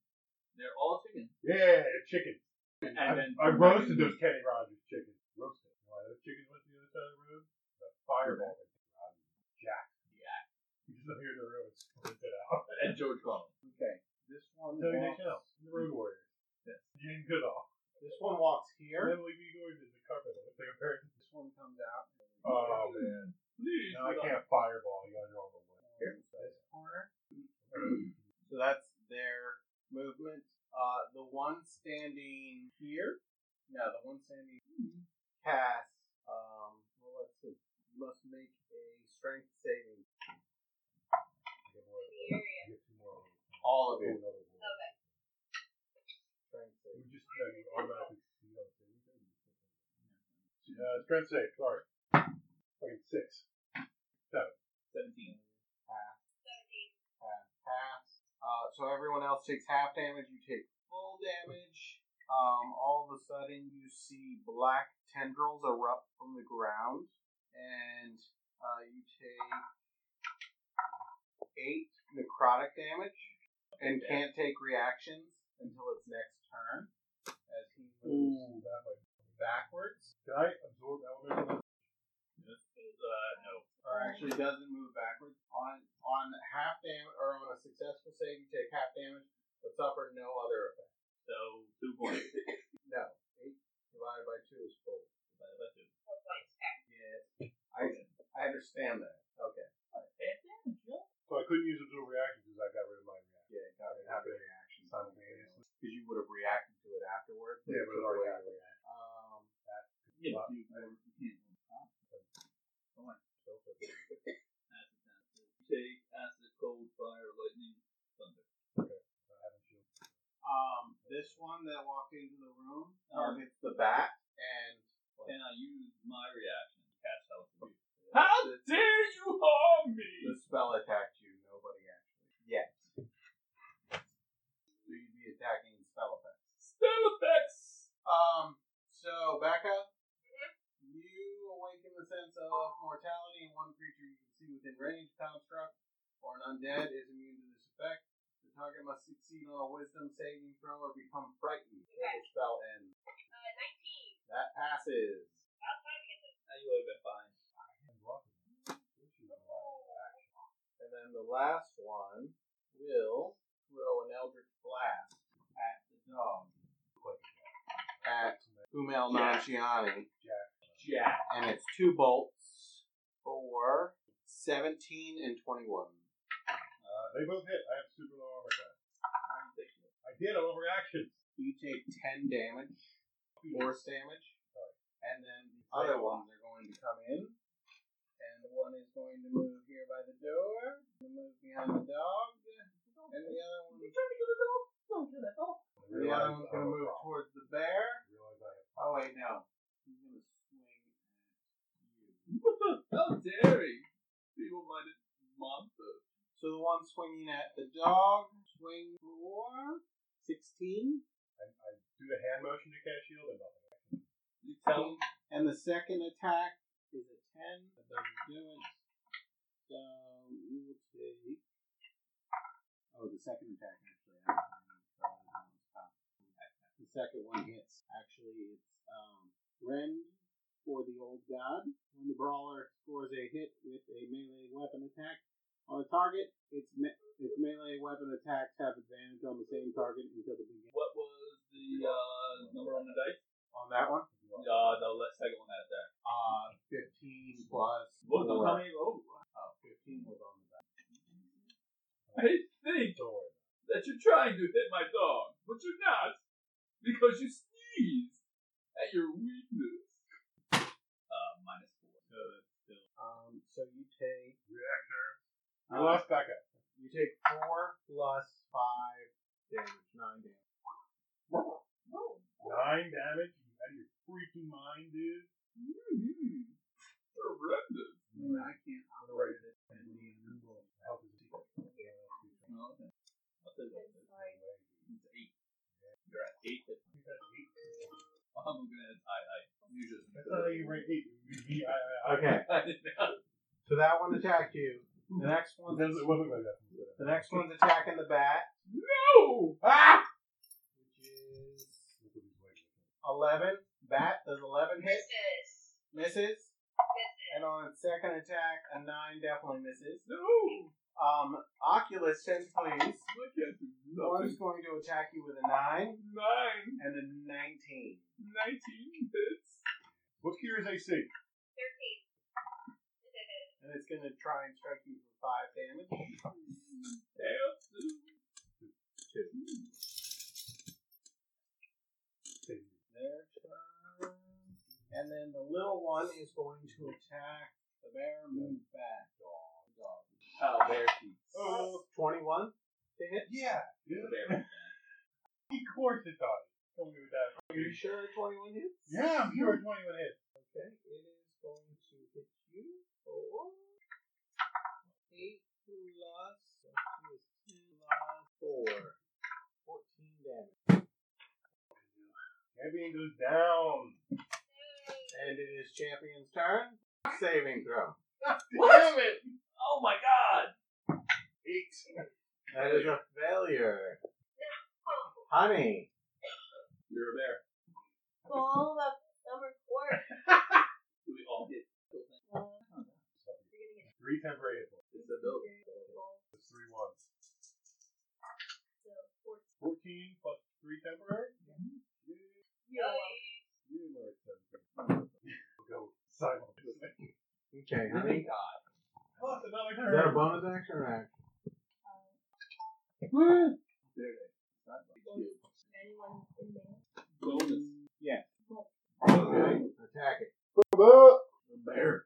Speaker 3: They're all chicken.
Speaker 4: Yeah, chicken.
Speaker 3: And
Speaker 4: I,
Speaker 3: then
Speaker 4: I roasted those Kenny Rogers chickens. Roasted. Why those chickens went to the other side of the room? The fireball that Kenny Rogers Jack.
Speaker 3: Yeah.
Speaker 4: You just up here in the room and split it out.
Speaker 3: <laughs> And George Carlin.
Speaker 2: Okay. This one
Speaker 4: No,
Speaker 2: walks,
Speaker 4: no, no. The Road Warriors.
Speaker 3: Yes.
Speaker 4: You didn't good off.
Speaker 2: this one walks here.
Speaker 4: And then we be going to the cover. It looks like a pair of-
Speaker 2: This one comes out.
Speaker 4: Oh man.
Speaker 3: Please.
Speaker 4: No, I can't fireball. You guys are all the way.
Speaker 2: Here. This corner. <clears throat> so that's their movement. Uh, the one standing here. No, the one standing casts. Um, well, let's see. Must make a strength saving.
Speaker 4: You get more of it.
Speaker 5: Period.
Speaker 4: You get two more of it.
Speaker 2: All
Speaker 4: Oh,
Speaker 2: of you.
Speaker 4: another one.
Speaker 5: Okay.
Speaker 2: Strength
Speaker 4: You
Speaker 2: saving.
Speaker 4: just uh, you automatically see on things. Uh, strength save. Sorry. Fucking six.
Speaker 3: Seventeen.
Speaker 2: Half.
Speaker 5: Seventeen.
Speaker 2: Half. Half. Uh, so everyone else takes half damage. You take full damage. Um, all of a sudden, you see black tendrils erupt from the ground, and uh, you take eight necrotic damage, and can't take reactions until its next turn. As he moves
Speaker 4: Ooh, that might.
Speaker 2: backwards,
Speaker 4: Can I absorb elemental?
Speaker 3: Uh, no.
Speaker 2: or actually doesn't move backwards on on half damage or on a successful save, you take half damage, but suffer no other effect.
Speaker 3: So two points.
Speaker 2: No. Eight divided by two is four.
Speaker 3: Divided by two.
Speaker 5: Four points. Okay.
Speaker 2: Yeah. I I understand that. Okay.
Speaker 3: Half damage, yeah.
Speaker 4: So I couldn't use absorb reactions because I got rid of my reaction
Speaker 2: Yeah, it got
Speaker 4: Happened
Speaker 2: reaction
Speaker 4: simultaneously.
Speaker 2: Because you would have reacted to it afterward.
Speaker 4: Yeah, but it already happened.
Speaker 2: Um,
Speaker 3: Yeah,
Speaker 4: Wow.
Speaker 3: but you, you can't. Come on. Acid damage. Take acid, cold, fire, lightning, thunder.
Speaker 4: I haven't shield.
Speaker 2: um, this one that walked into the room
Speaker 3: Um,
Speaker 2: targets the bat and
Speaker 3: Can I use my reaction to cast House of Beauty? How dare you harm
Speaker 2: the
Speaker 3: me!
Speaker 2: spell attacked you. Nobody actually. Yet. So you'd be attacking spell effects.
Speaker 3: Spell effects!
Speaker 2: Um. So Becca, you awaken the sense of mortality, and one creature you can see within range, construct, or an undead is immune to this effect. The target must succeed on a Wisdom saving throw or become frightened. till The spell ends.
Speaker 5: Uh, nineteen.
Speaker 2: That passes.
Speaker 5: That's not even good.
Speaker 3: Now you would have been fine.
Speaker 2: And then the last one will throw an Eldritch Blast at the dog. At Umel Nanjiani.
Speaker 3: Jack.
Speaker 2: And it's two bolts for 17 and 21.
Speaker 4: Uh, they both hit. I have super low armor class. I did. I'm overreaction.
Speaker 2: You take 10 damage, force damage, and then the other ones are going to come in. And one is going to move here by the door, move behind the dog, and the other one
Speaker 4: I
Speaker 2: The other one's gonna
Speaker 4: I'm a
Speaker 2: move
Speaker 4: problem.
Speaker 2: towards the bear.
Speaker 4: I realize I have
Speaker 2: Oh wait, no. He's gonna swing at you.
Speaker 3: How dare you! Feeble minded monster.
Speaker 2: So the one swinging at the dog, swing for sixteen,
Speaker 4: I, I do the hand motion to cast shield and nothing.
Speaker 3: You tell him.
Speaker 2: and the second attack is a ten. That doesn't do it. um, So we will take. Oh, the second attack actually. I don't know. second one hits. Actually, it's um, Rend for the Old God. When the brawler scores a hit with a melee weapon attack on a target, its, me- its melee weapon attacks have advantage on the same target until the beginning.
Speaker 3: What was the uh, number on the dice?
Speaker 2: On that one,
Speaker 3: Uh, the le- second one out there.
Speaker 2: uh, 15 plus.
Speaker 3: Both of them
Speaker 2: four.
Speaker 3: coming. Oh,
Speaker 2: Uh, 15 was on the back.
Speaker 3: I think
Speaker 4: Don't worry.
Speaker 3: that you're trying to hit my dog, but you're not because you sneezed at your weakness. Uh, minus four. So that's still
Speaker 2: Um, so you take.
Speaker 4: Reactor.
Speaker 2: uh,
Speaker 4: You lost Becca.
Speaker 2: You take four plus five damage, nine damage.
Speaker 4: Nine damage. You out of your freaking mind, dude.
Speaker 3: mm horrendous.
Speaker 2: I can't.
Speaker 4: I'm gonna write it in. And we'll help us see.
Speaker 3: Oh, okay. I'll take that. It's eight. You're at eight. <laughs> I'm gonna add I I usually.
Speaker 4: That's not how you write eight. You- you- I- I- I-
Speaker 2: Okay,
Speaker 3: <laughs> I didn't know.
Speaker 2: so that one attacked you. The next
Speaker 4: It
Speaker 2: one.
Speaker 4: doesn't- it
Speaker 2: The
Speaker 4: wasn't like that.
Speaker 2: next one's attacking the bat,
Speaker 3: No.
Speaker 2: ah! which is eleven. Bat does eleven hit,
Speaker 5: Misses.
Speaker 2: misses, and on its second attack, a nine definitely misses.
Speaker 3: No.
Speaker 2: Um, Oculus, since please,
Speaker 3: I can't do
Speaker 2: one's
Speaker 3: nothing.
Speaker 2: going to attack you with a nine
Speaker 3: Nine.
Speaker 2: and a nineteen.
Speaker 3: 19 hits.
Speaker 4: What cure is AC?
Speaker 5: 13.
Speaker 2: and it's going to try and strike you for five
Speaker 3: <laughs>
Speaker 2: damage.
Speaker 3: Damn.
Speaker 2: Their turn. And then the little one is going to attack the bear, move back. Dog, dog.
Speaker 3: How dare she?
Speaker 2: Oh, 21 to hit?
Speaker 4: Yeah.
Speaker 3: The
Speaker 4: dude.
Speaker 3: bear.
Speaker 4: Of course it does. Tell me what that.
Speaker 2: Are you sure 21 hits?
Speaker 4: Yeah, I'm sure 21 hits.
Speaker 2: Okay, it is going to hit you for 8 plus, plus 2 plus 4. 14 damage.
Speaker 4: Everything goes down.
Speaker 2: And it is champion's turn. Saving throw.
Speaker 4: Damn it!
Speaker 3: Oh my god!
Speaker 4: Eight.
Speaker 2: That is a failure. Honey.
Speaker 3: You're a bear.
Speaker 6: Call the number four.
Speaker 3: Do we all hit
Speaker 6: Uh,
Speaker 4: Three temporary hit points.
Speaker 3: this ability?
Speaker 4: That's three ones. 14 plus three temporary? You know it's temporary. We'll go simultaneously.
Speaker 2: Okay, honey.
Speaker 4: Plus another
Speaker 2: Is that a
Speaker 4: turn.
Speaker 2: bonus action or action?
Speaker 6: Anyone in there?
Speaker 3: Bonus.
Speaker 2: Okay. Attack it.
Speaker 4: Bear.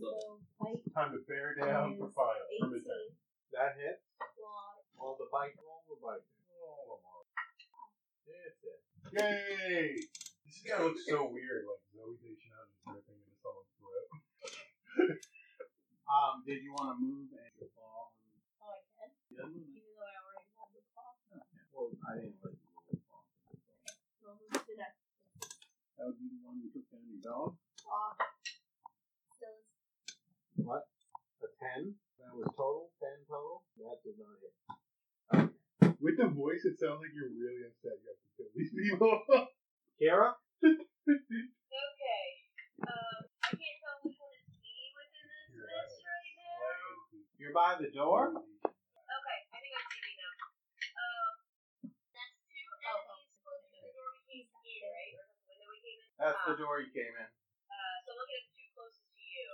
Speaker 6: So, height
Speaker 4: Time to bear down for fire. For
Speaker 6: 18
Speaker 4: midnight.
Speaker 2: That hit.
Speaker 6: plus
Speaker 2: Roll the bite. Roll the bite.
Speaker 4: Yay! This is gonna look so weird, like Zoe Station out and ripping into someone's throat.
Speaker 2: <laughs> Um, did you want to move and fall?
Speaker 6: Oh, I can? Even though I already have the claw.
Speaker 2: Well, I didn't let you roll the fall.
Speaker 6: So I'll move to that
Speaker 2: That would be the one you took down your dog.
Speaker 6: claw. So it's
Speaker 2: What? A ten? That was total. Ten total. That did not hit.
Speaker 4: With the voice, it sounds like you're really upset you have to kill these
Speaker 2: <laughs>
Speaker 4: people.
Speaker 2: Kara.
Speaker 5: Okay. Um, I can't tell which one is me within this list right
Speaker 2: Oh,
Speaker 5: now.
Speaker 2: You're by the door.
Speaker 5: Okay, I think I'm TV now. Um, that's two
Speaker 6: Oh, oh.
Speaker 5: enemies close to the door we came in, right? Or the window we came in?
Speaker 2: That's the door you came in.
Speaker 5: Uh, so I'm looking at the two closest to you.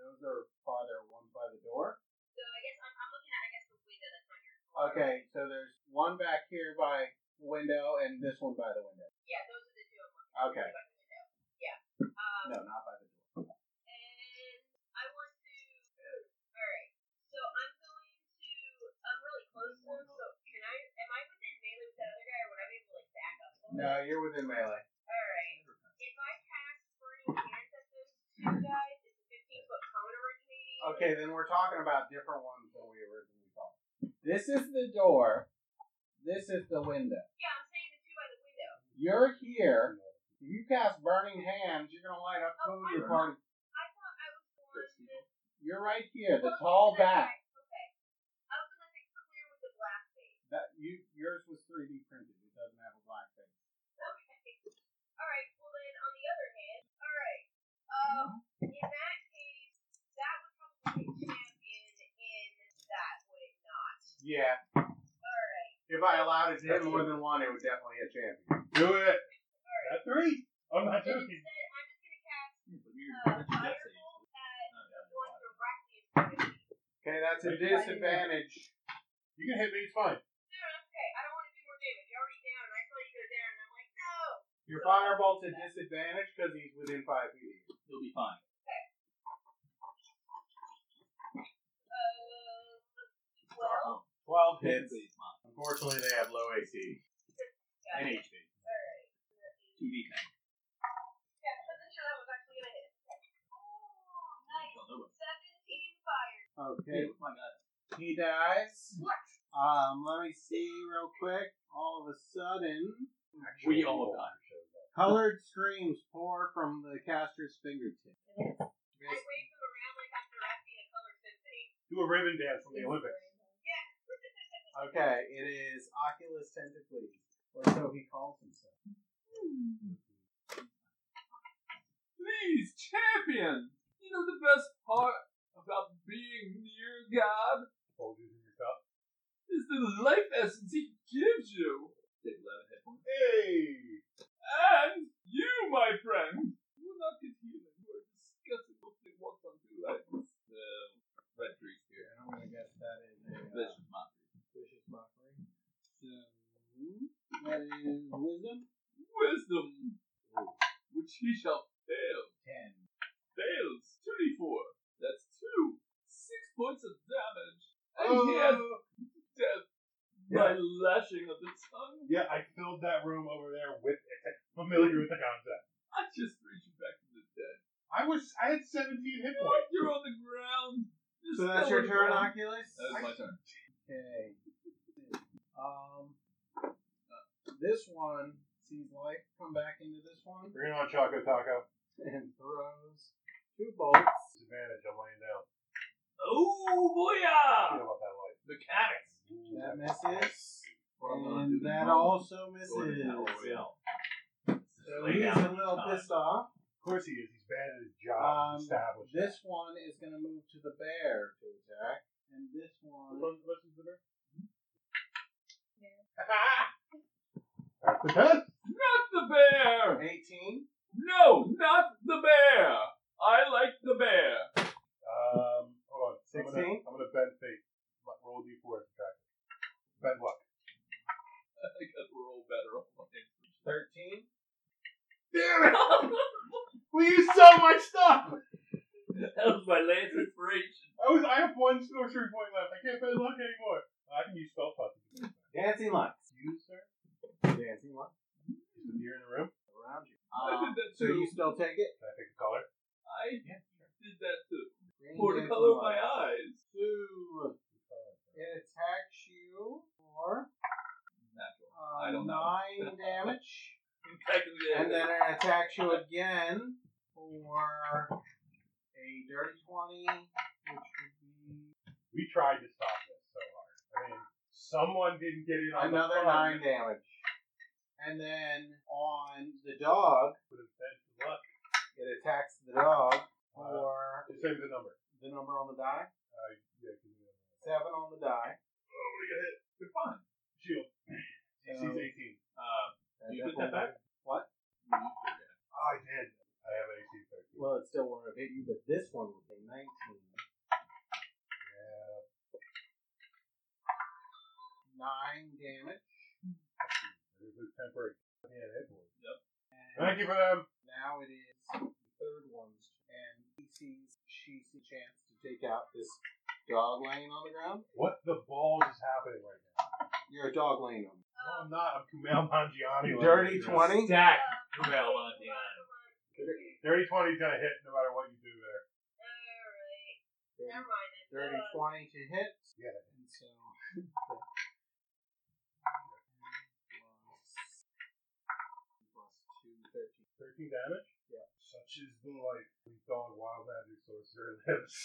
Speaker 2: Those are farther. One's by the door.
Speaker 5: So I guess I'm, I'm looking at, I guess, the window that's on your door.
Speaker 2: Okay, so there's one back here by the window and this one by the window.
Speaker 5: Yeah, those are the two I'm looking
Speaker 2: Okay.
Speaker 5: at. by the window. Yeah. Um,
Speaker 2: No, not by the door.
Speaker 5: and I want to. Alright. So I'm going to. I'm really close to him, so can I. Am I within melee with that other guy, or would I be able to, like, back up?
Speaker 2: No, you're within melee.
Speaker 5: Alright. If I cast Burning Hands at those two guys, it's a 15 foot cone originating.
Speaker 2: Okay, then we're talking about different ones than we originally thought. This is the door. This is the window.
Speaker 5: Yeah, I'm saying the two by the window.
Speaker 2: You're here. If you cast burning hands, you're gonna light up two of your party.
Speaker 5: I thought I was the one to.
Speaker 2: You're right here,
Speaker 5: Oh,
Speaker 2: the tall back.
Speaker 5: Okay. I was going to clear with the black face.
Speaker 2: That you yours was 3D printed. It doesn't have a black face.
Speaker 5: um,
Speaker 2: Yeah.
Speaker 5: Alright.
Speaker 2: If I allowed it to hit more than one, it would definitely hit champion. Do it.
Speaker 4: At three. I'm not
Speaker 5: Instead, I'm
Speaker 4: joking.
Speaker 5: just gonna cast
Speaker 3: You're
Speaker 5: uh,
Speaker 3: death
Speaker 5: Firebolt
Speaker 3: saving.
Speaker 5: at
Speaker 3: No, no, no.
Speaker 5: one directly in front of me.
Speaker 2: Okay, that's a disadvantage.
Speaker 4: You can hit me. It's
Speaker 5: No, no,
Speaker 4: fine.
Speaker 5: it's okay. I don't want to do more damage. You're already down, and I saw you go down, and I'm like, no.
Speaker 2: Your firebolt's a disadvantage because he's within five feet. of you.
Speaker 3: You'll be fine.
Speaker 5: Uh, well,
Speaker 3: Oh,
Speaker 2: Twelve hits.
Speaker 3: Hits. Mine.
Speaker 2: Unfortunately, they have low AC
Speaker 5: got
Speaker 2: and
Speaker 5: it.
Speaker 2: HP.
Speaker 5: Alright.
Speaker 3: 2d10.
Speaker 5: Yeah, I wasn't sure that was actually gonna hit. Oh, nice.
Speaker 3: Don't know what.
Speaker 5: Seventeen fire.
Speaker 2: Okay.
Speaker 3: Hey, what's my guy?
Speaker 2: He dies.
Speaker 5: What?
Speaker 2: Um, let me see real quick. All of a sudden,
Speaker 3: We all die.
Speaker 2: colored streams pour from the caster's fingertips.
Speaker 5: I wave them around like I'm directing a color symphony.
Speaker 4: Do a ribbon dance from the Olympics.
Speaker 5: <laughs>
Speaker 2: Okay, it is Oculus Tentacles, or so he calls himself.
Speaker 3: Please, champion! You know the best part about being near God
Speaker 4: Hold you in your cup.
Speaker 3: is the life essence he gives you. Take 11 hit points.
Speaker 4: Hey.
Speaker 3: And you, my friend, will not get healed. You are disgusting looking walk on two lives. The red tree here.
Speaker 2: And I'm gonna guess that is a uh,
Speaker 3: This is my
Speaker 2: vicious mockery. So that is wisdom.
Speaker 3: wisdom, which he shall fail.
Speaker 2: Ten.
Speaker 3: Fails 2d4. That's two. Six points of damage. And he
Speaker 2: Oh,
Speaker 3: has death by lashing of the tongue.
Speaker 4: Yeah, I filled that room over there with familiar with the concept.
Speaker 3: I just reached you back from the dead.
Speaker 4: I was I had 17 hit points.
Speaker 3: You're on the ground. You're
Speaker 2: So that's
Speaker 3: still
Speaker 2: your
Speaker 3: on the
Speaker 2: turn,
Speaker 3: ground.
Speaker 2: Oculus.
Speaker 3: That was my turn.
Speaker 2: Okay. Um, this one sees life come back into this one
Speaker 4: Bring it on, Choco Taco.
Speaker 2: and throws two bolts.
Speaker 4: Disadvantage. I'm laying down.
Speaker 3: Oh,
Speaker 4: I
Speaker 3: booyah!
Speaker 4: about that light.
Speaker 3: Mechanics.
Speaker 2: That misses.
Speaker 3: Well, I'm gonna do
Speaker 2: And
Speaker 3: the
Speaker 2: that
Speaker 3: roll.
Speaker 2: also misses.
Speaker 3: Go to the tower, yeah.
Speaker 2: So
Speaker 3: Lay
Speaker 2: he's
Speaker 3: down.
Speaker 2: a little pissed off.
Speaker 4: Of course he is. He's bad at his job.
Speaker 2: Um,
Speaker 4: established.
Speaker 2: This one is going to move to the bear to attack. And this one.
Speaker 4: That's the test.
Speaker 3: Not the bear!
Speaker 2: 18.
Speaker 3: No, not the bear! I like the bear. <laughs>
Speaker 4: Um, hold on. I'm
Speaker 2: 16?
Speaker 4: gonna- I'm gonna bend fate. Like, Roll d d4 and track it. Bend luck.
Speaker 3: I guess we're all better off.
Speaker 2: 13.
Speaker 4: Damn it! We used so much stuff.
Speaker 3: <laughs> that was my last inspiration.
Speaker 4: I was. I have one sorcery point left. I can't bend luck anymore. I can use spell pots.
Speaker 2: Dancing lights. You, sir? Dancing lights.
Speaker 4: Is the deer in the room?
Speaker 2: Around you. <laughs>
Speaker 3: I
Speaker 2: Um,
Speaker 3: did that
Speaker 2: so
Speaker 3: too.
Speaker 2: you still take it?
Speaker 4: Can I pick a color?
Speaker 3: I did that too.
Speaker 2: Green
Speaker 3: For the
Speaker 2: dancing
Speaker 3: color of my
Speaker 2: lights.
Speaker 3: eyes.
Speaker 2: Two. It attacks you for
Speaker 3: Natural.
Speaker 2: uh,
Speaker 3: I don't know. <laughs>
Speaker 2: nine damage.
Speaker 3: Technically, I
Speaker 2: And
Speaker 3: did.
Speaker 2: then it attacks you again for a dirty 20, which would be
Speaker 4: We tried to stop this so hard. I mean, someone didn't get in on
Speaker 2: another
Speaker 4: the
Speaker 2: nine
Speaker 4: fun.
Speaker 2: damage. And then on the dog,
Speaker 4: Would have bent luck.
Speaker 2: it attacks the dog for
Speaker 4: Just save the number.
Speaker 2: the number on the die.
Speaker 4: Uh, yeah, give me that.
Speaker 2: Seven on the die.
Speaker 4: Oh, we got hit.
Speaker 3: You're fine.
Speaker 4: Shield.
Speaker 2: So-
Speaker 3: Uh,
Speaker 4: DC's 18.
Speaker 2: That
Speaker 3: You put
Speaker 2: definitely-
Speaker 3: that back?
Speaker 4: Oh, I did. I have AC 13.
Speaker 2: Well, it still won't have hit you, but this one would be 19
Speaker 4: Yeah.
Speaker 2: nine damage.
Speaker 4: This is temporary. Yeah, hit boy.
Speaker 2: And
Speaker 4: Thank you for them.
Speaker 2: now it is the third one's, and he sees she sees a chance to take out this dog laying on the ground.
Speaker 4: What the balls is happening right now?
Speaker 2: You're a dog laying on.
Speaker 4: No, I'm not. I'm Kumail Nanjiani. level.
Speaker 2: Dirty
Speaker 4: Yeah.
Speaker 2: 20?
Speaker 5: Uh,
Speaker 4: Stack.
Speaker 3: Kumail on the eye.
Speaker 4: Dirty 20 is going to hit no matter what you do there.
Speaker 5: Alright.
Speaker 2: the ground.
Speaker 5: Never mind. then.
Speaker 2: Dirty
Speaker 5: Uh,
Speaker 2: 20 to hit.
Speaker 4: Yeah.
Speaker 2: And so. plus, plus 2, 13.
Speaker 4: 13 damage? Yeah. Such is the life of the dog wild magic sorcerer <laughs> lives.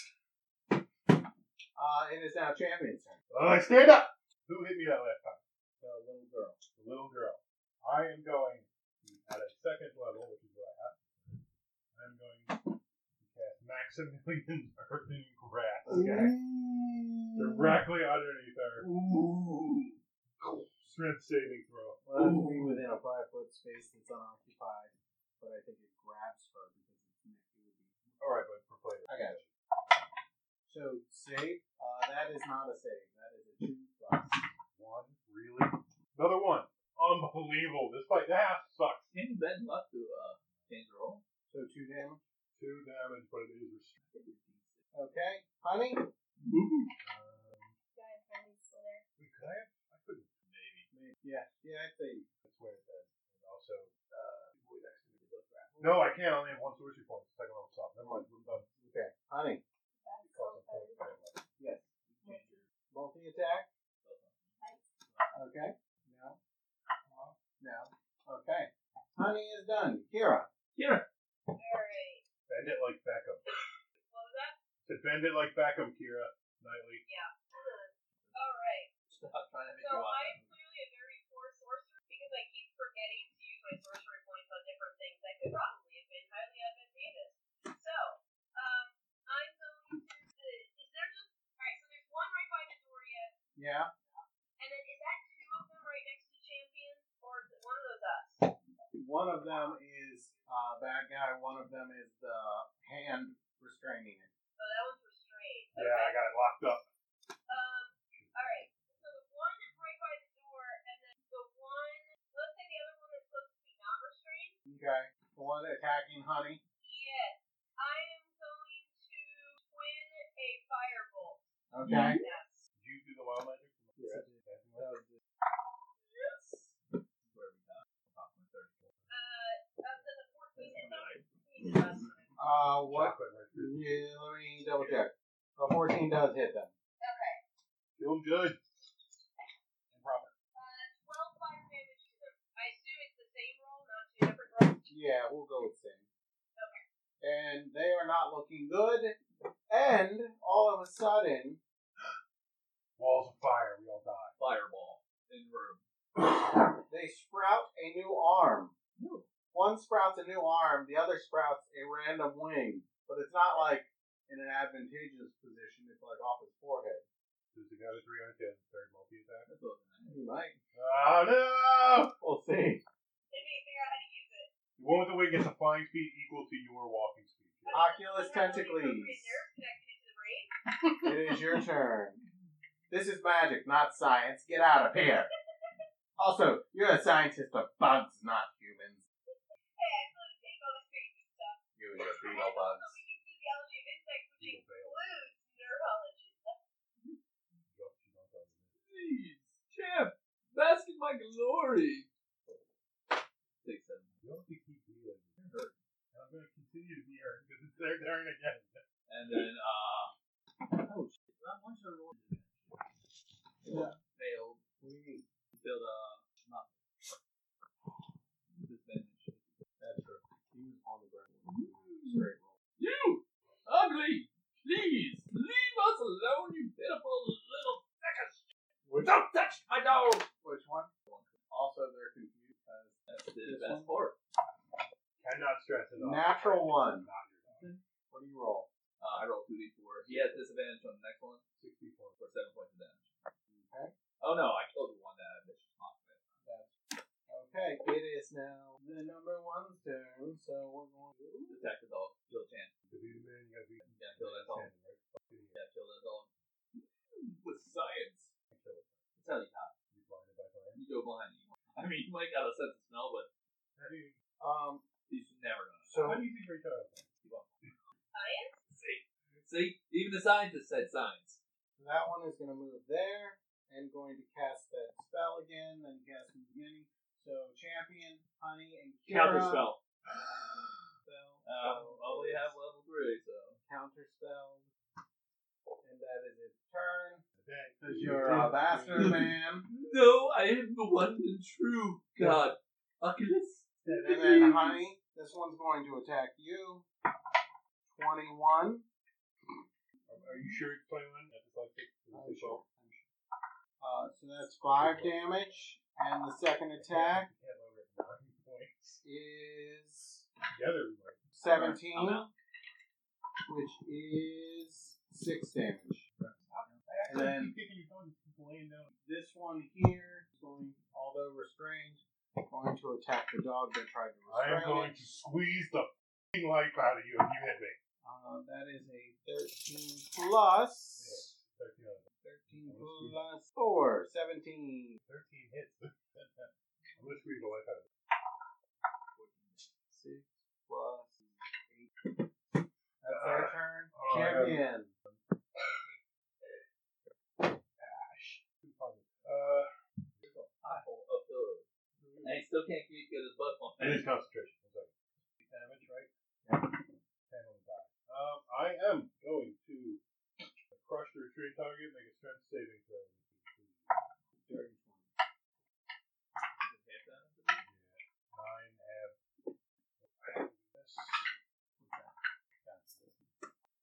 Speaker 2: Uh, it is now champion's turn.
Speaker 4: Uh, stand up! Who hit me that last time?
Speaker 2: The little girl.
Speaker 4: The little girl. I am going at a second level, which is what I have. I'm going to cast <laughs> Maximilian's earthen grasp
Speaker 2: Okay.
Speaker 4: directly underneath her.
Speaker 2: Ooh.
Speaker 4: Strength saving throw.
Speaker 2: Well, that's me within a five foot space that's unoccupied, but I think it grabs her because it's connected with me.
Speaker 4: All right, but for flavor.
Speaker 2: I got you. So save. Uh, that is not a save. That is a two plus.
Speaker 4: One, really? Another one. Unbelievable. This fight ah, sucks.
Speaker 3: Can you bend left to uh, change the roll?
Speaker 2: So two damage.
Speaker 4: Two damage, but it is restricted.
Speaker 2: Okay, honey.
Speaker 6: Guys, Harvey's still there.
Speaker 4: Wait, could I have? I couldn't. Maybe.
Speaker 2: Yeah, yeah, I think.
Speaker 4: That's where it does. And also, uh, would accidentally look back. No, I can't. I only have one sorcery point. Second level stop. Never mind. We're done.
Speaker 2: Okay, honey.
Speaker 6: That's so
Speaker 4: Cause I'm
Speaker 6: funny.
Speaker 4: playing second level.
Speaker 2: Yes. Multi attack. Okay. Now. Now. Now. Okay. Honey is done. Kira.
Speaker 5: Alright.
Speaker 4: Bend it like Beckham.
Speaker 5: What was that?
Speaker 4: Said bend it like Beckham, Kira. Nightly.
Speaker 5: Alright.
Speaker 3: Stop trying to make
Speaker 5: So
Speaker 3: you
Speaker 5: I
Speaker 3: want
Speaker 5: am clearly a very poor sorcerer because I keep forgetting to use my sorcery points on different things that could probably have been highly advantageous. So, um, I'm going to. Is there just. Alright, so there's one right by the door yet.
Speaker 2: Yeah.
Speaker 5: And then is that two of them right next to champion? Or is it one of those us? Oh,
Speaker 2: One of them is uh, bad guy. One of them is the hand restraining it.
Speaker 5: So that one's restrained.
Speaker 4: Yeah, I got it locked up.
Speaker 5: Um, alright. So the one right by the door, and then the one. Let's say the other one is supposed to be not restrained.
Speaker 2: Okay. The one attacking Honey.
Speaker 5: Yes. I am going to twin a firebolt.
Speaker 2: Okay.
Speaker 5: Yes.
Speaker 4: Did you do the wild magic?
Speaker 2: Yes, I
Speaker 5: Uh, up to the 14 hit number? He did last time.
Speaker 2: Uh, what?
Speaker 4: Chocolate right through.
Speaker 2: Yeah, let me double check. The 14 does hit them.
Speaker 4: Doing good. And proper.
Speaker 5: Uh, 12 fire damage to them. I assume it's the same roll, not two different rolls. <laughs>
Speaker 2: Yeah, we'll go with same. And they are not looking good. And all of a sudden, <gasps>
Speaker 4: Walls of fire. We all die.
Speaker 3: fireball in room.
Speaker 2: <coughs> they sprout a new arm. One sprouts a new arm, the other sprouts a random wing. But it's not like in an advantageous position, it's like off his forehead.
Speaker 4: Does the guy with three eyes get third multi attack?
Speaker 3: That's what I'm
Speaker 2: He might.
Speaker 4: Oh no!
Speaker 2: We'll see.
Speaker 5: They need to figure out how to use it.
Speaker 4: The one with the wing gets a flying speed equal to your walking speed.
Speaker 5: Uh,
Speaker 2: Oculus
Speaker 5: Somehow the
Speaker 2: tentacles.
Speaker 5: appropriate nerve connected it to the brain.
Speaker 2: It is your turn. This is magic, not science. Get out of here. Also, you're a scientist of bugs, not humans.
Speaker 5: Hey, I still have to take all this crazy stuff.
Speaker 2: You and your
Speaker 5: And
Speaker 2: beetle
Speaker 5: also
Speaker 2: bugs.
Speaker 5: we do physiology of insects, which
Speaker 4: Beetle fail.
Speaker 5: includes neurology.
Speaker 3: Please, champ, bask in my glory. Take seven.
Speaker 4: You don't have to keep healing. You're hurt. And I'm going to continue to be hurt because it's their turn again.
Speaker 3: And then, uh. Oh, shit. That one should have rolled.
Speaker 2: Yeah.
Speaker 3: Failed. What do you mean? Failed, uh. Nothing. Disadvantage. That's true.
Speaker 2: He was on the ground. Straight roll.
Speaker 3: You! Ugly! Please, leave us alone, you pitiful little fecker!
Speaker 2: Which,
Speaker 3: Don't touch my dog!
Speaker 2: which one? Also, they're confused because
Speaker 3: That's the
Speaker 2: This
Speaker 3: best
Speaker 2: one?
Speaker 3: part.
Speaker 4: Cannot stress enough.
Speaker 2: Natural one. Mm-hmm. What do you roll?
Speaker 3: Uh, I rolled 2d4. He has disadvantage on the next one.
Speaker 4: 64.
Speaker 3: for seven points of damage.
Speaker 2: Okay.
Speaker 3: Oh no, I killed the one that that just mocked it.
Speaker 2: Okay, it is now the number one's turn, so we're going to.
Speaker 3: Attack the dog, kill Chan.
Speaker 4: To be the man, you gotta be the
Speaker 3: Yeah, kill that dog.
Speaker 4: man, right?
Speaker 3: Yeah, kill that dog. <laughs> With science.
Speaker 4: Kill it.
Speaker 3: That's how you die.
Speaker 4: You blind it by blind.
Speaker 3: You go blind. I mean, you might got a sense of smell, but
Speaker 4: How do you,
Speaker 2: Um,
Speaker 3: he's never gonna.
Speaker 2: so.
Speaker 4: how do you think Rachel is?
Speaker 5: Science?
Speaker 3: See? See? Even the scientists said science.
Speaker 2: That one is going to move there and going to cast that spell again, then cast in the beginning. So champion, honey, and Kira.
Speaker 3: Counter spell.
Speaker 2: Spell.
Speaker 3: Uh, Um,
Speaker 2: So
Speaker 3: only
Speaker 2: it
Speaker 3: have
Speaker 2: is
Speaker 3: level three, so.
Speaker 2: counter spell, and that is its turn.
Speaker 4: Today.
Speaker 2: Because you're a
Speaker 4: <laughs>
Speaker 2: bastard man.
Speaker 3: No, I am the one and true God. Oculus.
Speaker 2: And then honey, this one's going to attack you. Twenty-one.
Speaker 4: Are are you sure it's 21? That's like six.
Speaker 2: I'm sure. Uh, so that's five damage, and the second attack
Speaker 4: You can't lower it nine points.
Speaker 2: is
Speaker 4: Together, we might.
Speaker 2: seventeen. which is six damage.
Speaker 4: I
Speaker 2: And then-
Speaker 4: keep thinking you're going to keep laying down.
Speaker 2: <laughs> This one here is going, although restrained, going to attack the dog that tried to
Speaker 4: I
Speaker 2: restrain
Speaker 4: am going
Speaker 2: it.
Speaker 4: to squeeze the f***ing life out of you if you hit me.
Speaker 2: Uh, that is a 13 plus.
Speaker 4: Thirteen out of
Speaker 2: 13 plus 4, 17.
Speaker 4: Thirteen hits. <laughs> I'm going to squeeze the life out of you.
Speaker 2: 6 plus
Speaker 4: Uh,
Speaker 2: 8. That's our turn.
Speaker 4: Oh, I have-
Speaker 2: Champion.
Speaker 4: Uh,
Speaker 3: pothole of those. And he still can't get, get his butt on.
Speaker 4: it is concentration. It's like eight damage, right? Ten on the die. Um, I am going to crush the retreat target. Make a strength saving throw. Nine ab. I have this. That's it.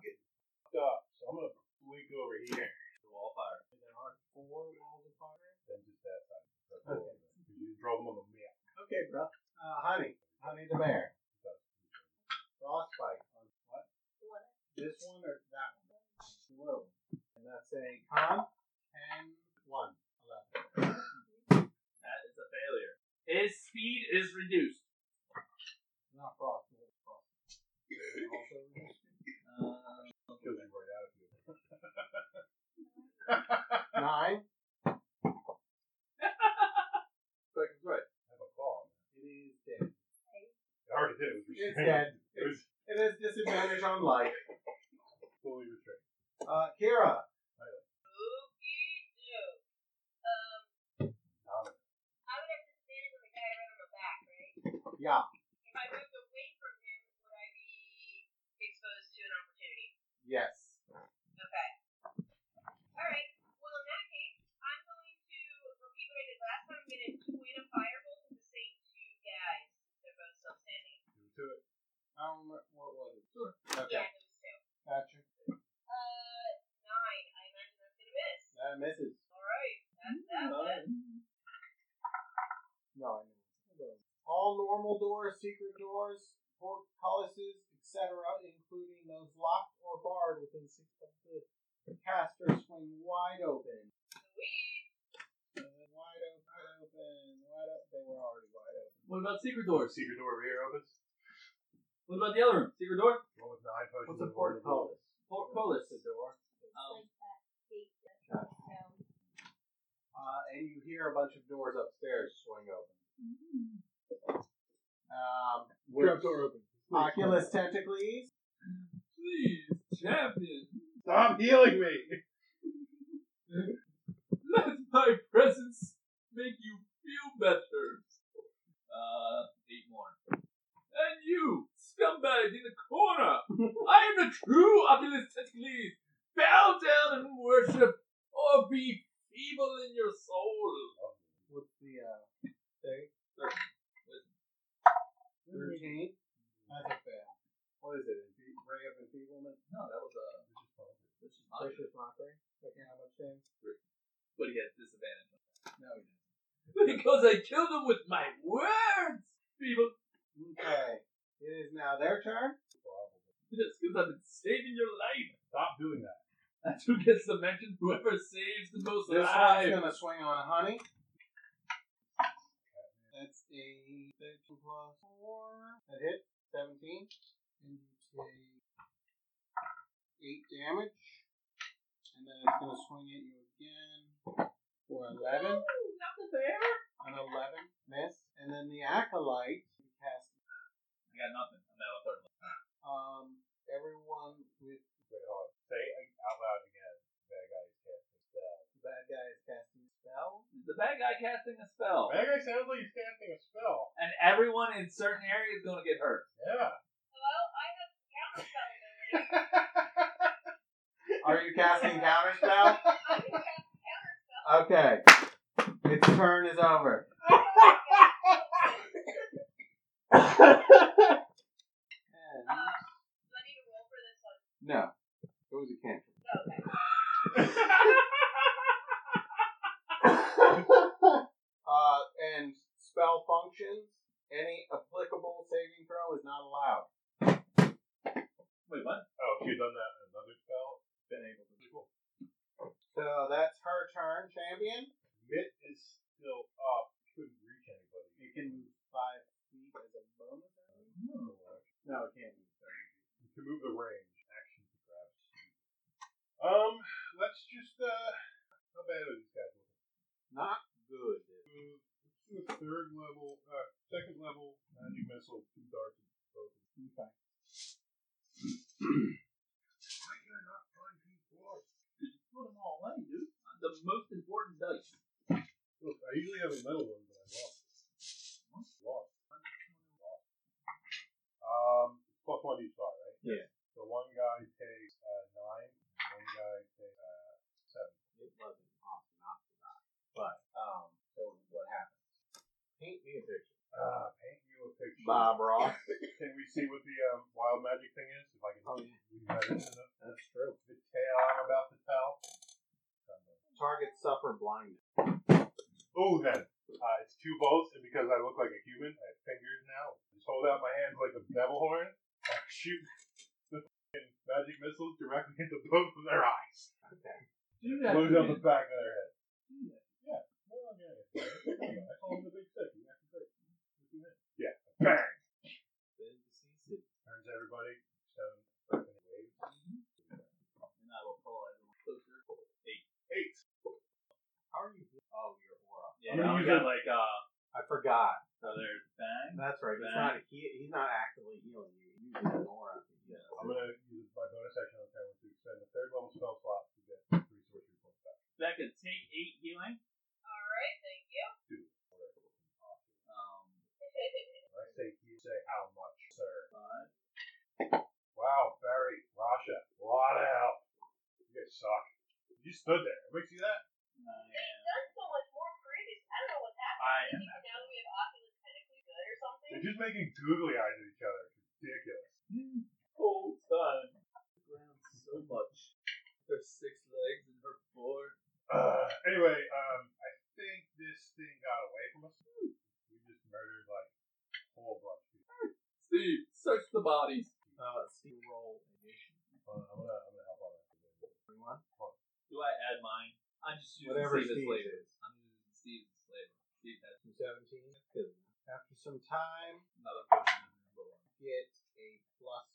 Speaker 4: Get fucked up. So I'm gonna blink over here. Wall fire. And there are four walls of fire. Then just that side. That's all of them. You draw them on the map.
Speaker 2: Okay, bro. Uh, honey. Honey the bear. Frostbite on what?
Speaker 6: What?
Speaker 2: This one or that one? Whoa. And that's a con and 1. 11.
Speaker 3: That is a failure. His speed is reduced.
Speaker 2: Not frost, but it's frost. And also resistant.
Speaker 3: Uh,
Speaker 4: Kills you right out of you.
Speaker 2: 9.
Speaker 3: second right.
Speaker 4: have a claw.
Speaker 2: It is dead.
Speaker 4: I already did. It was
Speaker 2: It's dead.
Speaker 4: restrained. It was
Speaker 2: It has disadvantage on life.
Speaker 4: fully restrained.
Speaker 2: Uh, Kira.
Speaker 5: Okie doke. Um,
Speaker 4: Dominant.
Speaker 5: I would have disadvantage on the guy right on the back, right?
Speaker 2: Yeah.
Speaker 5: If I moved away from him, would I be exposed to an opportunity?
Speaker 2: Yes.
Speaker 5: Okay. Alright. Well, in that case, I'm going to repeat what I did last time. I'm going to twin a fireball to the same two guys. They're both still standing.
Speaker 4: You do it.
Speaker 2: I don't remember Um, what was it. Sure. Okay.
Speaker 5: Yeah, those two.
Speaker 2: Gotcha.
Speaker 5: Uh, nine. I imagine that's going to miss.
Speaker 2: That Uh, misses.
Speaker 5: Alright. That's that one.
Speaker 2: No, I know. All normal doors, secret doors, portcullises, etc., including those locked or barred within six foot of the caster, swing wide open. And
Speaker 5: Sweet.
Speaker 2: then wide open, open, wide open. They were already wide open.
Speaker 3: What about secret
Speaker 4: Door.
Speaker 3: doors?
Speaker 4: Secret door over here opens.
Speaker 3: What about the other room? Secret door?
Speaker 4: One with nine potions.
Speaker 2: What's a
Speaker 4: and one with
Speaker 2: portcullis?
Speaker 3: Portcullis.
Speaker 2: The door.
Speaker 6: It's
Speaker 3: Um,
Speaker 6: like that gate that goes down.
Speaker 2: Uh, and you hear a bunch of doors upstairs swing open. Um,
Speaker 4: Trap
Speaker 2: which-
Speaker 4: door open.
Speaker 2: Oculus tentacles.
Speaker 3: Please, champion,
Speaker 4: Stop healing me.
Speaker 3: let my presence make you feel better. Uh, eight more. And you, scumbag in the corner, I am the true Oculus Tentacles. Bow down and worship, or be feeble in your soul.
Speaker 2: What's the uh, thing?
Speaker 4: Thirteen.
Speaker 2: Thirteen. That's a fail. What is it? Infe- Ray of enfeeblement.
Speaker 3: No, that was uh, which is not
Speaker 2: Vicious mockery. Looking how much damage?
Speaker 3: but he has disadvantage.
Speaker 2: No, you didn't.
Speaker 3: <laughs> Because I killed him with my words, people.
Speaker 2: Okay. It is now their turn.
Speaker 3: Just because I've been saving your life.
Speaker 4: Stop doing that.
Speaker 3: That's who gets the mention. Whoever saves the most
Speaker 2: This one's
Speaker 3: alive.
Speaker 2: gonna swing on honey. That's a thirteen plus four. That hit seventeen. And you take eight damage. And then it's gonna swing at you again for eleven.
Speaker 5: Ooh, not the bear.
Speaker 2: an 11 miss, and then the acolyte who cast
Speaker 3: I got nothing. I'm out of third level.
Speaker 2: um, everyone with
Speaker 4: Wait, hold on. Say it out loud again. Bad guy is casting a spell.
Speaker 2: the bad guy is casting a spell.
Speaker 3: The bad guy casting a spell,
Speaker 4: Bad guy sounds like he's casting a spell.
Speaker 3: and everyone in certain areas is gonna get hurt.
Speaker 4: Yeah.
Speaker 5: Well, I have some counter spell ability.
Speaker 2: Are you casting counter spell?
Speaker 5: I can cast counter spell.
Speaker 2: Okay, its turn is over. And
Speaker 5: Um, <laughs> do I need to roll for this one?
Speaker 2: no, it was a
Speaker 3: <laughs>
Speaker 2: cantrip.
Speaker 5: No, okay.
Speaker 2: uh, and spell functions. Any applicable saving throw is not allowed.
Speaker 3: Wait, what?
Speaker 4: Oh, She had done that in another spell, been able to. Cool.
Speaker 2: So that's her turn, champion.
Speaker 4: Mitt is still up. Couldn't reach anybody.
Speaker 2: It can move five feet as a bonus. action?
Speaker 4: No.
Speaker 2: No, it can't move thirty.
Speaker 4: You can move the range. Action to grab. Um, let's just uh, how bad are these guys? looking?
Speaker 2: Not good.
Speaker 4: Uh, Let's do a third level, uh, second level magic missile, two darts, and both. Okay. Why can I not find these dwarfs?
Speaker 3: Put them all away, dude. The most important dice.
Speaker 4: Look, I usually have a metal one, but I lost it. Lost. Lost. Um, plus one each guy, right?
Speaker 2: Yeah.
Speaker 4: So one guy takes uh, nine, one guy takes uh, seven.
Speaker 2: It wasn't off, not to die. But um, so what happens? Paint me a picture.
Speaker 4: Ah, paint you a picture.
Speaker 2: Bob Ross.
Speaker 4: Can we see what the um, wild magic thing is? If I can
Speaker 2: Oh, yeah.
Speaker 4: we have it in the- The tale I'm about to tell.
Speaker 2: Target suffer blindness.
Speaker 4: Oh, then. Uh, it's two bolts, and because I look like a human, I have fingers now. Just hold out my hand like a devil horn. <laughs> I shoot the fucking magic missiles directly into both of their eyes.
Speaker 3: Do that.
Speaker 4: Blows
Speaker 3: man.
Speaker 4: up the back of their head. Yeah. Well, I got it. I told him the big stick. You acted great. What you meant. Yeah. Bang!
Speaker 2: Then deceased.
Speaker 4: Turns everybody. Seven. fucking eight.
Speaker 3: And I will pull everyone closer. Eight.
Speaker 4: Eight.
Speaker 2: How are you? Oh, your aura.
Speaker 3: Yeah,
Speaker 4: I'm
Speaker 3: I
Speaker 4: gonna use
Speaker 3: got like, uh,
Speaker 2: I forgot.
Speaker 3: so there's bang.
Speaker 2: That's right. He's
Speaker 3: Back.
Speaker 2: not. He, he's not actively healing you. He's using an aura. Yeah.
Speaker 4: I'm going to use my bonus action on turn one to extend the third level spell slot to get three sorcery points back.
Speaker 3: Becca, take eight healing.
Speaker 5: Alright, thank you. <laughs>
Speaker 3: Um,
Speaker 4: When I say you say how much, sir.
Speaker 3: five.
Speaker 4: Wow, Barry, Rasha, a lot of help. You guys suck. You stood there. Everybody see that?
Speaker 5: They've
Speaker 3: nine.
Speaker 5: done so much more previous. I don't know what's happening.
Speaker 3: I
Speaker 5: I
Speaker 3: am.
Speaker 5: think now we have Oculus technically good or something.
Speaker 4: They're just making googly eyes at each other. It's ridiculous.
Speaker 3: Whole time. Ground so much. Her six legs and her four.
Speaker 4: Uh, anyway, um, I think this thing got away from us. We just murdered like a whole bunch of people.
Speaker 3: Steve, search the bodies.
Speaker 2: Uh, see roll initiative.
Speaker 4: Uh, I'm gonna, I'm gonna help out.
Speaker 2: Everyone.
Speaker 3: Do I add mine? I'm just using
Speaker 2: Whatever
Speaker 3: Steve as
Speaker 2: Steve
Speaker 3: flavor.
Speaker 2: is.
Speaker 3: I'm using Steve as flavor. Steve has
Speaker 2: From Seventeen. Good. After some time,
Speaker 3: another person in number one.
Speaker 2: get a plus.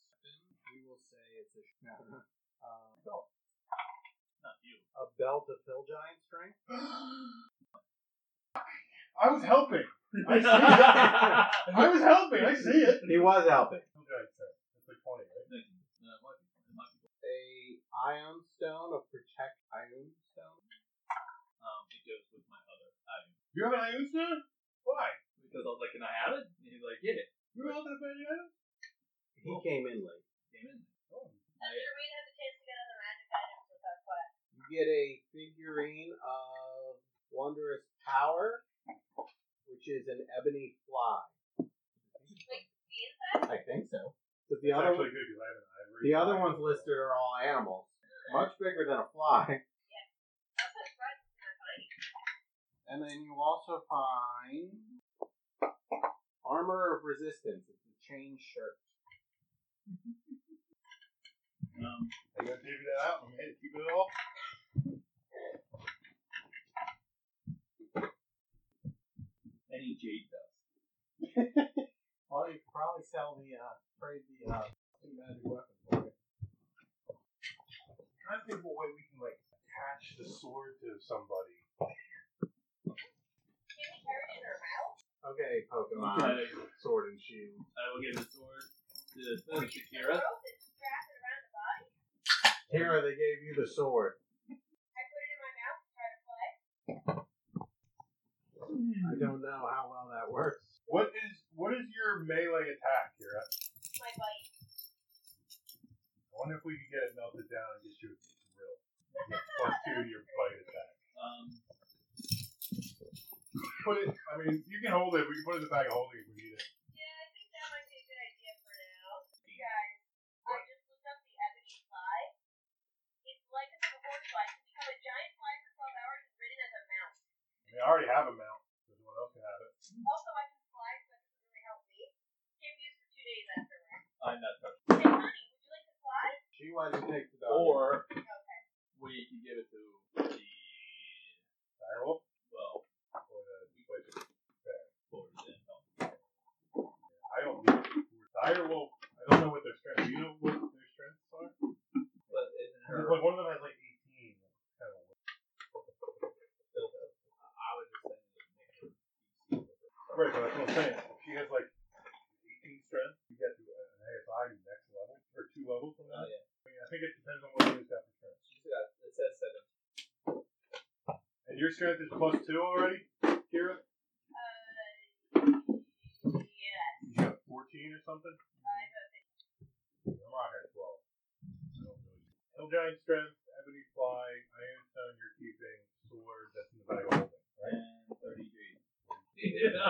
Speaker 2: We will say it's a sh- <laughs> uh, belt.
Speaker 3: Not you.
Speaker 2: a belt of hill giant strength.
Speaker 4: I was helping. <laughs>
Speaker 3: <laughs>
Speaker 4: I see that. I was helping. I see it.
Speaker 2: He was helping.
Speaker 4: Okay, sir. It's like 20, right?
Speaker 3: No, it might be- it might
Speaker 2: A
Speaker 3: be-
Speaker 2: ion stone of protect ion stone.
Speaker 3: Um, it goes with my other item.
Speaker 4: You have an Ayusa? Why?
Speaker 3: Because I was like, can I have it? And he's like, yeah.
Speaker 4: You were helping about your item?
Speaker 2: He came in late.
Speaker 3: Came in.
Speaker 4: Oh,
Speaker 5: I'm sure we'd have a chance to get other magic items without quite.
Speaker 2: You get a figurine of wondrous power, which is an ebony fly.
Speaker 5: The insect?
Speaker 2: I think so. But the
Speaker 4: It's
Speaker 2: other
Speaker 4: actually good because I have an ivory.
Speaker 2: the other ones listed are all animals, much bigger than a fly.
Speaker 5: I'm so surprised it's not tiny.
Speaker 2: And then you also find armor of resistance. It's a chain shirt.
Speaker 3: Um,
Speaker 4: I gotta figure that out. I'm gonna keep it all.
Speaker 3: any jade does.
Speaker 2: <laughs> Well, you could probably sell the uh, trade the uh, two magic weapons. for it.
Speaker 4: trying to think of a way we can like attach the sword to somebody.
Speaker 5: Can we carry it in our mouth?
Speaker 2: Okay,
Speaker 3: <laughs>
Speaker 2: Pokemon
Speaker 3: I,
Speaker 2: sword and shield.
Speaker 3: I will give the sword to to
Speaker 5: Or you can
Speaker 3: Shakira.
Speaker 5: rope it, strap it around the body.
Speaker 2: Kira, they gave you the sword.
Speaker 5: I put it in my mouth and try to play.
Speaker 2: I don't know how well that works.
Speaker 4: What is what is your melee attack, Kira?
Speaker 5: My bite.
Speaker 4: I wonder if we could get it melted down and get you a drill. You get Plus two to your bite attack.
Speaker 3: Um,
Speaker 4: Put it. I mean, you can hold it. We can put it in the bag of holding if we need it.
Speaker 5: Yeah, I think that might be a good idea for now. You guys, I just looked up the ebony fly. It's like a horsefly. It can become a giant fly for 12 hours and ridden as a mount.
Speaker 4: I mean, I already have a mount. Does anyone else can have it?
Speaker 5: Also, I can fly, so that doesn't really help me. Can't be used for two days afterwards.
Speaker 3: I'm not touching.
Speaker 5: Hey, honey, would you like to fly?
Speaker 2: She
Speaker 4: why they take the dog.
Speaker 3: Or we can give it to the
Speaker 4: Direwolf?
Speaker 3: well,
Speaker 4: Or the uh, wizard.
Speaker 3: for the-
Speaker 4: I don't know. Direwolf, I don't know what their strength Do you know what their strengths are?
Speaker 3: but isn't her?
Speaker 4: Like, one of them has like 18. Kind of
Speaker 3: I was just saying.
Speaker 4: Right, but that's what I'm saying. If she has like 18 strength, you get to an ASI next level, or two levels from
Speaker 3: Oh
Speaker 4: that.
Speaker 3: yeah,
Speaker 4: I, mean, I think it depends on what you've got for strength.
Speaker 3: she's got. It says
Speaker 4: <laughs>
Speaker 3: seven.
Speaker 4: And your strength is plus two already, Kira?
Speaker 5: Uh, yeah.
Speaker 4: You got 14 or something?
Speaker 5: I have a
Speaker 4: I'm on at 12. I don't know. Hill Giant strength, Ebony Fly, Ironstone, you're keeping, Sword, that's in the bag of holding.
Speaker 3: And thirty degrees. yeah,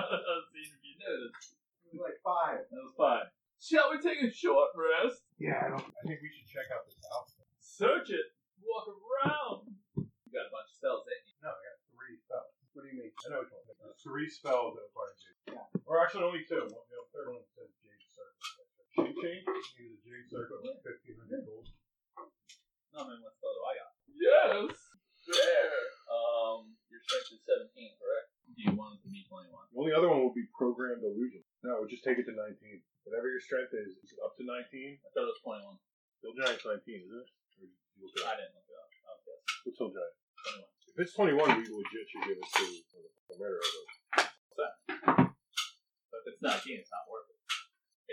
Speaker 3: see if you noticed.
Speaker 2: It was like five.
Speaker 3: That was five. Shall we take a short rest?
Speaker 4: Yeah, I don't. I think we should check out this house.
Speaker 3: Search it. Walk around. You got a bunch of spells, ain't you?
Speaker 4: No, I got three spells. What do you mean? I know which one. Uh, three spells that apply to Jade. Yeah. Or actually, only two. One, the third one says Jade Circle. Shape change? You use a Jade Circle at like 1500 gold.
Speaker 3: No, I mean, what spell do I got? Yes. There. Um, your strength is seventeen, correct? Do you want it to be twenty-one?
Speaker 4: The only other one would be Programmed Illusion. No, just take it to 19. Whatever your strength is, is it up to
Speaker 3: I
Speaker 4: 19?
Speaker 3: thought it was twenty-one.
Speaker 4: Still Giant's 19, isn't it? Or you look it
Speaker 3: I
Speaker 4: up?
Speaker 3: didn't look it up. I was guessing.
Speaker 4: What's Hill Giant?
Speaker 3: Twenty-one.
Speaker 4: If it's 21, we legit should give it to the murderer.
Speaker 3: So if it's nineteen, it's not worth it.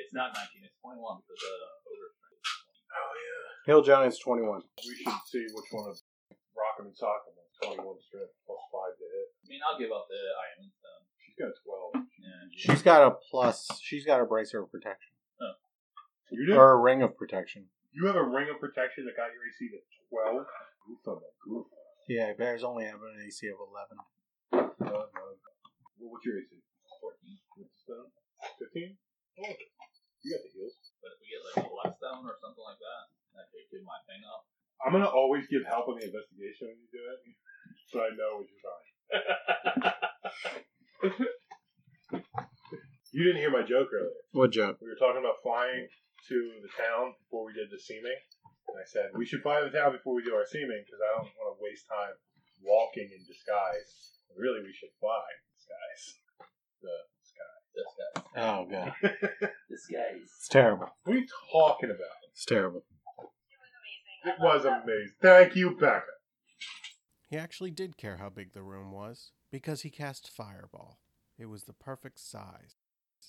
Speaker 3: It's not nineteen. It's twenty-one because uh, over strength. is 20.
Speaker 4: Oh, yeah.
Speaker 1: Hill Giant's 21.
Speaker 4: We should see which one of Rock'em and Sock'em has 21 strength plus 5 to hit.
Speaker 3: I mean, I'll give up the iron stone.
Speaker 4: She's got 12.
Speaker 3: And
Speaker 1: She's got a plus. She's got a bracer of protection.
Speaker 4: You
Speaker 1: Or a ring of protection.
Speaker 4: You have a ring of protection that got your AC to 12. Goof of a goof.
Speaker 1: Yeah, bears only have an AC of 11.
Speaker 4: Uh, uh, what- what's your AC?
Speaker 3: fourteen.
Speaker 4: It's, uh, 15? Oh, you got the heals.
Speaker 3: But if we get like a luckstone or something like that, that could do my thing up.
Speaker 4: I'm going to always give help on the investigation when you do it, <laughs> so I know what you're trying. <laughs> You didn't hear my joke earlier.
Speaker 1: What joke?
Speaker 4: We were talking about flying to the town before we did the seeming. And I said, we should fly to the town before we do our seeming because I don't want to waste time walking in disguise. Really, we should fly in disguise. <laughs> The sky.
Speaker 3: This guy.
Speaker 1: Oh, God.
Speaker 3: This guy's.
Speaker 1: It's terrible.
Speaker 4: What are you talking about?
Speaker 1: It's terrible.
Speaker 5: It was amazing. I
Speaker 4: It
Speaker 5: love
Speaker 4: was amazing. Thank you, Becca.
Speaker 1: He actually did care how big the room was because he cast Fireball. It was the perfect size.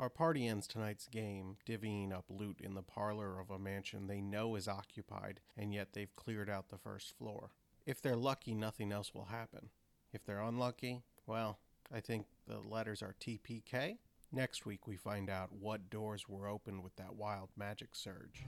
Speaker 1: Our party ends tonight's game divvying up loot in the parlor of a mansion they know is occupied, and yet they've cleared out the first floor. If they're lucky, nothing else will happen. If they're unlucky, well, I think the letters are TPK. Next week, we find out what doors were opened with that wild magic surge.